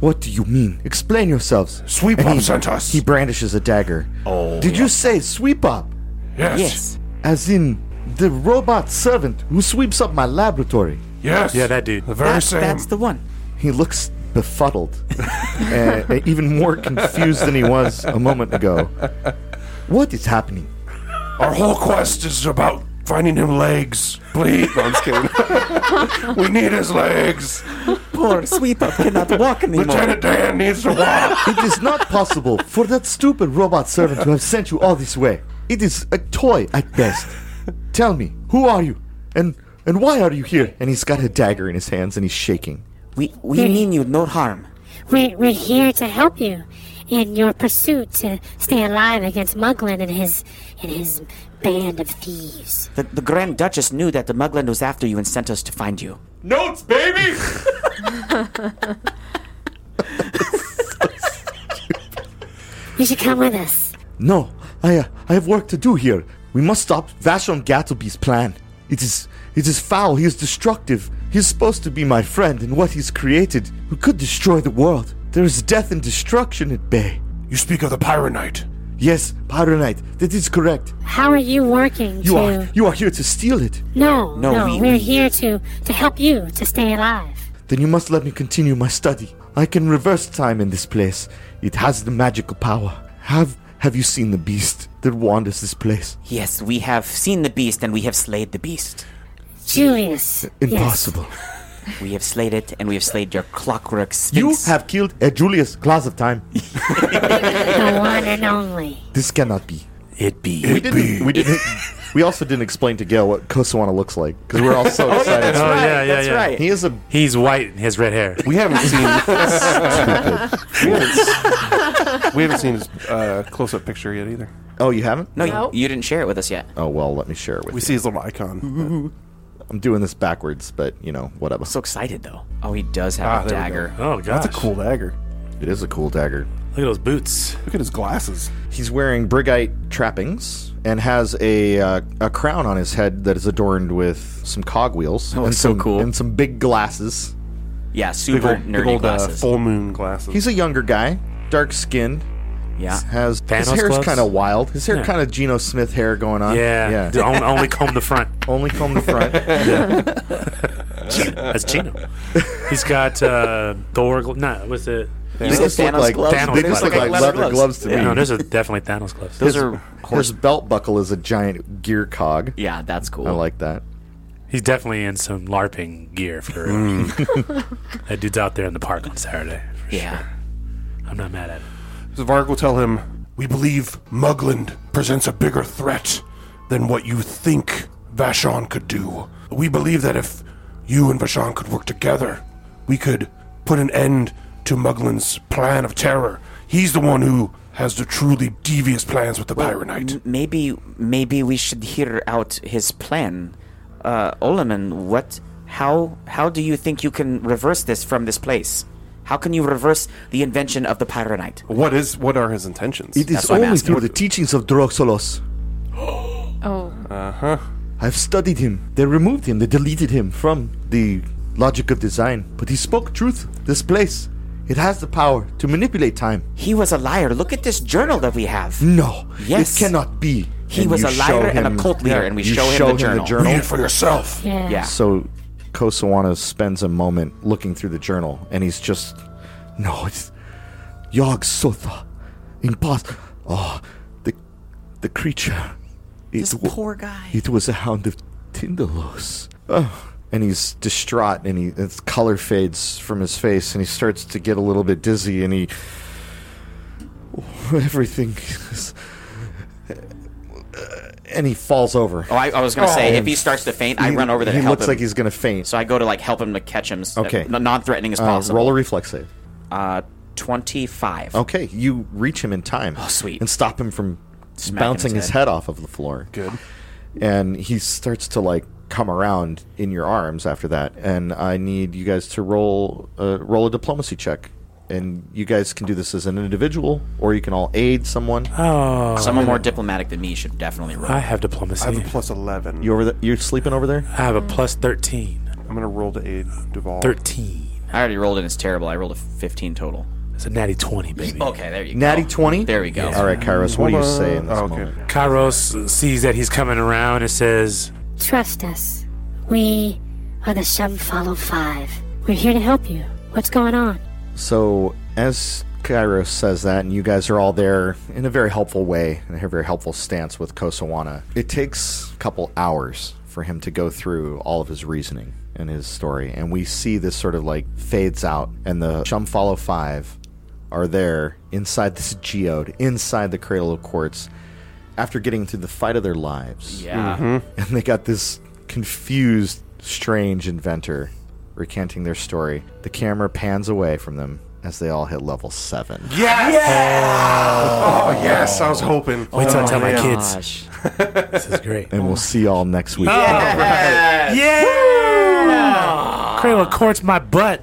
Speaker 2: What do you mean? Explain yourselves.
Speaker 4: Sweep
Speaker 2: And
Speaker 4: up
Speaker 2: he-
Speaker 4: sent us.
Speaker 2: He brandishes a dagger. Oh Did you say sweep up?
Speaker 4: Yes.
Speaker 3: Yes.
Speaker 2: As in the robot servant who sweeps up my laboratory.
Speaker 4: Yes.
Speaker 5: Yeah, that dude.
Speaker 4: The very
Speaker 3: That-
Speaker 4: same.
Speaker 3: that's the one.
Speaker 2: He looks befuddled, and, and even more confused than he was a moment ago. What is happening?
Speaker 4: Our whole quest is about finding him legs. Please. No, I'm just kidding. we need his legs.
Speaker 3: Poor sweep up cannot walk anymore.
Speaker 4: Lieutenant Dan needs to walk.
Speaker 2: It is not possible for that stupid robot servant to have sent you all this way. It is a toy at best. Tell me, who are you? And and why are you here? And he's got a dagger in his hands and he's shaking.
Speaker 3: We we mean you no harm.
Speaker 7: We're, we're here to help you in your pursuit to stay alive against Mugglin and his and his band of thieves.
Speaker 3: The, the Grand Duchess knew that the Mugland was after you and sent us to find you.
Speaker 4: Notes, baby.
Speaker 7: You should come with us.
Speaker 2: No, I uh, I have work to do here. We must stop Vashon Gattleby's plan. It is it is foul. He is destructive. He is supposed to be my friend, and what he's created we could destroy the world. There is death and destruction at bay.
Speaker 4: You speak of the Pyronite.
Speaker 2: Yes, Pyronite, that is correct.
Speaker 7: How are you working
Speaker 2: You
Speaker 7: to?
Speaker 2: are you are here to steal it.
Speaker 7: No,
Speaker 3: No,
Speaker 7: no,
Speaker 3: we-
Speaker 7: we, are
Speaker 3: we-
Speaker 7: here to to help you to stay alive.
Speaker 2: Then you must let me continue my study. I can reverse time in this place. It has the magical power. Have have you seen the beast that wanders this place?
Speaker 3: Yes, we have seen the beast and we have slayed the beast.
Speaker 7: Julius.
Speaker 2: Impossible.
Speaker 3: We have slayed it and we have slayed your clockwork
Speaker 2: You
Speaker 3: sphinx.
Speaker 2: have killed a Julius class of time.
Speaker 7: Yes, the one and only.
Speaker 2: This cannot be.
Speaker 5: It be.
Speaker 2: We didn't. We didn't. we also didn't explain to Gail what Kosawana looks like because we're all so excited.
Speaker 5: oh, yeah, yeah,
Speaker 3: that's
Speaker 5: yeah.
Speaker 3: right.
Speaker 2: He is a
Speaker 5: He's white and he has red hair.
Speaker 4: We haven't seen. we haven't, we haven't seen his uh, close-up picture yet either.
Speaker 2: oh, you haven't?
Speaker 3: No, you-
Speaker 6: Nope.
Speaker 3: You, didn't share it with us yet.
Speaker 2: Oh well, let me share it with
Speaker 4: We
Speaker 2: you.
Speaker 4: see his little icon.
Speaker 2: I'm doing this backwards, but you know, whatever.
Speaker 3: So excited though. Oh, he does have
Speaker 4: Ah,
Speaker 3: a
Speaker 4: there we
Speaker 3: dagger.
Speaker 5: Oh, God.
Speaker 4: That's a cool dagger.
Speaker 2: It is a cool dagger.
Speaker 5: Look at those boots.
Speaker 4: Look at his glasses.
Speaker 2: He's wearing brigite trappings and has a uh, a crown on his head that is adorned with some cogwheels. and
Speaker 3: that's so
Speaker 2: some,
Speaker 3: cool.
Speaker 2: And some big glasses.
Speaker 3: Yeah, super nerdy
Speaker 4: uh,
Speaker 3: glasses.
Speaker 4: full moon glasses.
Speaker 2: He's a younger guy, dark skinned.
Speaker 3: yeah.
Speaker 2: Has his
Speaker 5: Thanos
Speaker 2: hair's
Speaker 5: gloves?
Speaker 2: kind of wild. His hair
Speaker 5: Yeah.
Speaker 2: kind of Geno Smith hair going on.
Speaker 5: Yeah. Dude, on- only comb the front.
Speaker 2: Only comb the front.
Speaker 5: That's Chino. He's got uh, Thor. Gl- nah, was it?
Speaker 2: they
Speaker 3: said
Speaker 2: just look
Speaker 3: Thanos
Speaker 2: like
Speaker 3: gloves?
Speaker 2: they
Speaker 5: Thanos
Speaker 2: just
Speaker 5: gloves.
Speaker 2: look like
Speaker 3: Like
Speaker 2: leather
Speaker 3: leather
Speaker 2: gloves,
Speaker 3: gloves.
Speaker 2: to
Speaker 5: Yeah,
Speaker 2: me.
Speaker 5: no, those are definitely Thanos gloves.
Speaker 3: Those
Speaker 2: his,
Speaker 3: are
Speaker 2: his belt buckle is a giant gear cog.
Speaker 3: Yeah, that's cool.
Speaker 2: I like that.
Speaker 5: He's definitely in some LARPing gear for that dude's out there in the park on Saturday. For
Speaker 3: Yeah.
Speaker 5: sure. I'm not mad at him.
Speaker 4: So Varg will tell him, We believe Mugland presents a bigger threat than what you think Vashon could do. We believe that if you and Vashon could work together, we could put an end to Mugland's plan of terror. He's the one who has the truly devious plans with the Pyronite.
Speaker 3: M- Maybe, maybe we should hear out his plan. Uh, Olaman, what? How? How do you think you can reverse this from this place? How can you reverse the invention of the Pyronite?
Speaker 4: What is what are his intentions?
Speaker 2: It is
Speaker 3: what I'm
Speaker 2: only
Speaker 3: asking.
Speaker 2: through the teachings of Droxolos.
Speaker 6: Oh,
Speaker 2: I've studied him. They removed him. They deleted him from the logic of design. But he spoke truth. This place, it has the power to manipulate time.
Speaker 3: He was a liar. Look at this journal that we have.
Speaker 2: No,
Speaker 3: Yes.
Speaker 2: it cannot be.
Speaker 3: He
Speaker 2: And
Speaker 3: was
Speaker 2: you
Speaker 3: a
Speaker 2: show
Speaker 3: liar and a
Speaker 2: him-
Speaker 3: cult leader, and we
Speaker 2: you
Speaker 3: show him the journal.
Speaker 4: Read it for yourself.
Speaker 7: Yeah.
Speaker 3: Yeah.
Speaker 2: So Kosawana spends a moment looking through the journal, and he's just, no, it's Yog Sotha, impossible. Oh, the the creature. It
Speaker 3: This
Speaker 2: wa-
Speaker 3: poor guy.
Speaker 2: It was a hound of Tindalos. Oh. And he's distraught, and he his color fades from his face, and he starts to get a little bit dizzy, and he everything is. And he falls over.
Speaker 3: Oh, I, I was gonna say
Speaker 2: Oh.
Speaker 3: if he starts to faint, I run over there
Speaker 2: He
Speaker 3: to help
Speaker 2: looks
Speaker 3: him.
Speaker 2: like he's gonna faint.
Speaker 3: so I go to like help him to catch him. s-
Speaker 2: Okay.
Speaker 3: uh, non-threatening as
Speaker 2: Uh,
Speaker 3: possible.
Speaker 2: roll a reflex save.
Speaker 3: Uh, twenty-five.
Speaker 2: Okay, you reach him in time. Oh,
Speaker 3: sweet.
Speaker 2: And stop him from
Speaker 3: Smacking
Speaker 2: bouncing
Speaker 3: his
Speaker 2: his head. off of the floor.
Speaker 4: Good.
Speaker 2: And he starts to like come around in your arms after that. And I need you guys to roll uh, roll a diplomacy check. And you guys can do this as an individual, or you can all aid someone.
Speaker 4: Uh,
Speaker 3: Someone more diplomatic than me should definitely roll.
Speaker 5: I have diplomacy.
Speaker 4: I have a plus 11.
Speaker 2: You over there? You're sleeping over there?
Speaker 5: I have a plus 13.
Speaker 4: I'm going to roll to aid Duval.
Speaker 5: 13.
Speaker 3: I already rolled and it's terrible. I rolled a fifteen total.
Speaker 5: It's a natty 20, baby.
Speaker 3: Okay, there you go.
Speaker 2: Natty twenty.
Speaker 3: Oh, There we go.
Speaker 2: All right, Kairos. What do you
Speaker 4: Hold on.
Speaker 2: say in this
Speaker 4: Oh,
Speaker 2: moment?
Speaker 5: Kairos sees that he's coming around and says,
Speaker 7: Trust us. We are the Shum Follow Five. We're here to help you. What's going on?
Speaker 2: So as Kairos says that, and you guys are all there in a very helpful way, in a very helpful stance with Kosawana, it takes a couple hours for him to go through all of his reasoning and his story, and we see this sort of like fades out, and the Chumfollow Five are there inside this geode, inside the Cradle of Quartz, after getting through the fight of their lives
Speaker 3: Yeah.
Speaker 2: and they got this confused, strange inventor recanting their story. The camera pans away from them as they all hit level seven.
Speaker 4: Yes! Oh, yes. I was hoping. Oh,
Speaker 5: Wait till I tell Oh my
Speaker 4: man.
Speaker 5: kids.
Speaker 3: Gosh.
Speaker 5: This is great.
Speaker 2: And we'll see y'all next week.
Speaker 5: yeah! Cradle of Quartz, my butt.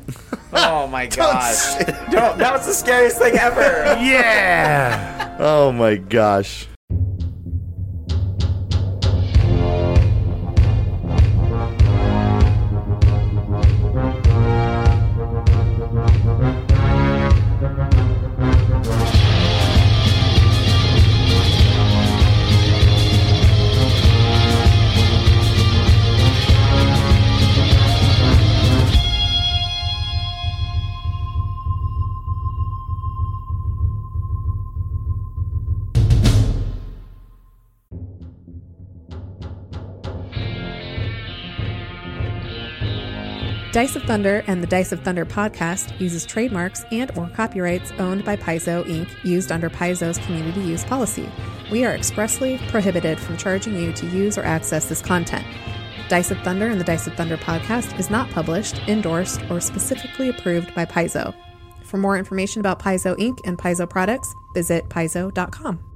Speaker 3: Oh my gosh. Don't, that was the scariest thing ever.
Speaker 5: Yeah!
Speaker 2: Oh my gosh.
Speaker 6: Dice of Thunder and the Dice of Thunder podcast uses trademarks and or copyrights owned by Paizo Inc. used under Paizo's community use policy. We are expressly prohibited from charging you to use or access this content. Dice of Thunder and the Dice of Thunder podcast is not published, endorsed, or specifically approved by Paizo. For more information about Paizo Inc. and Paizo products, visit paizo.com.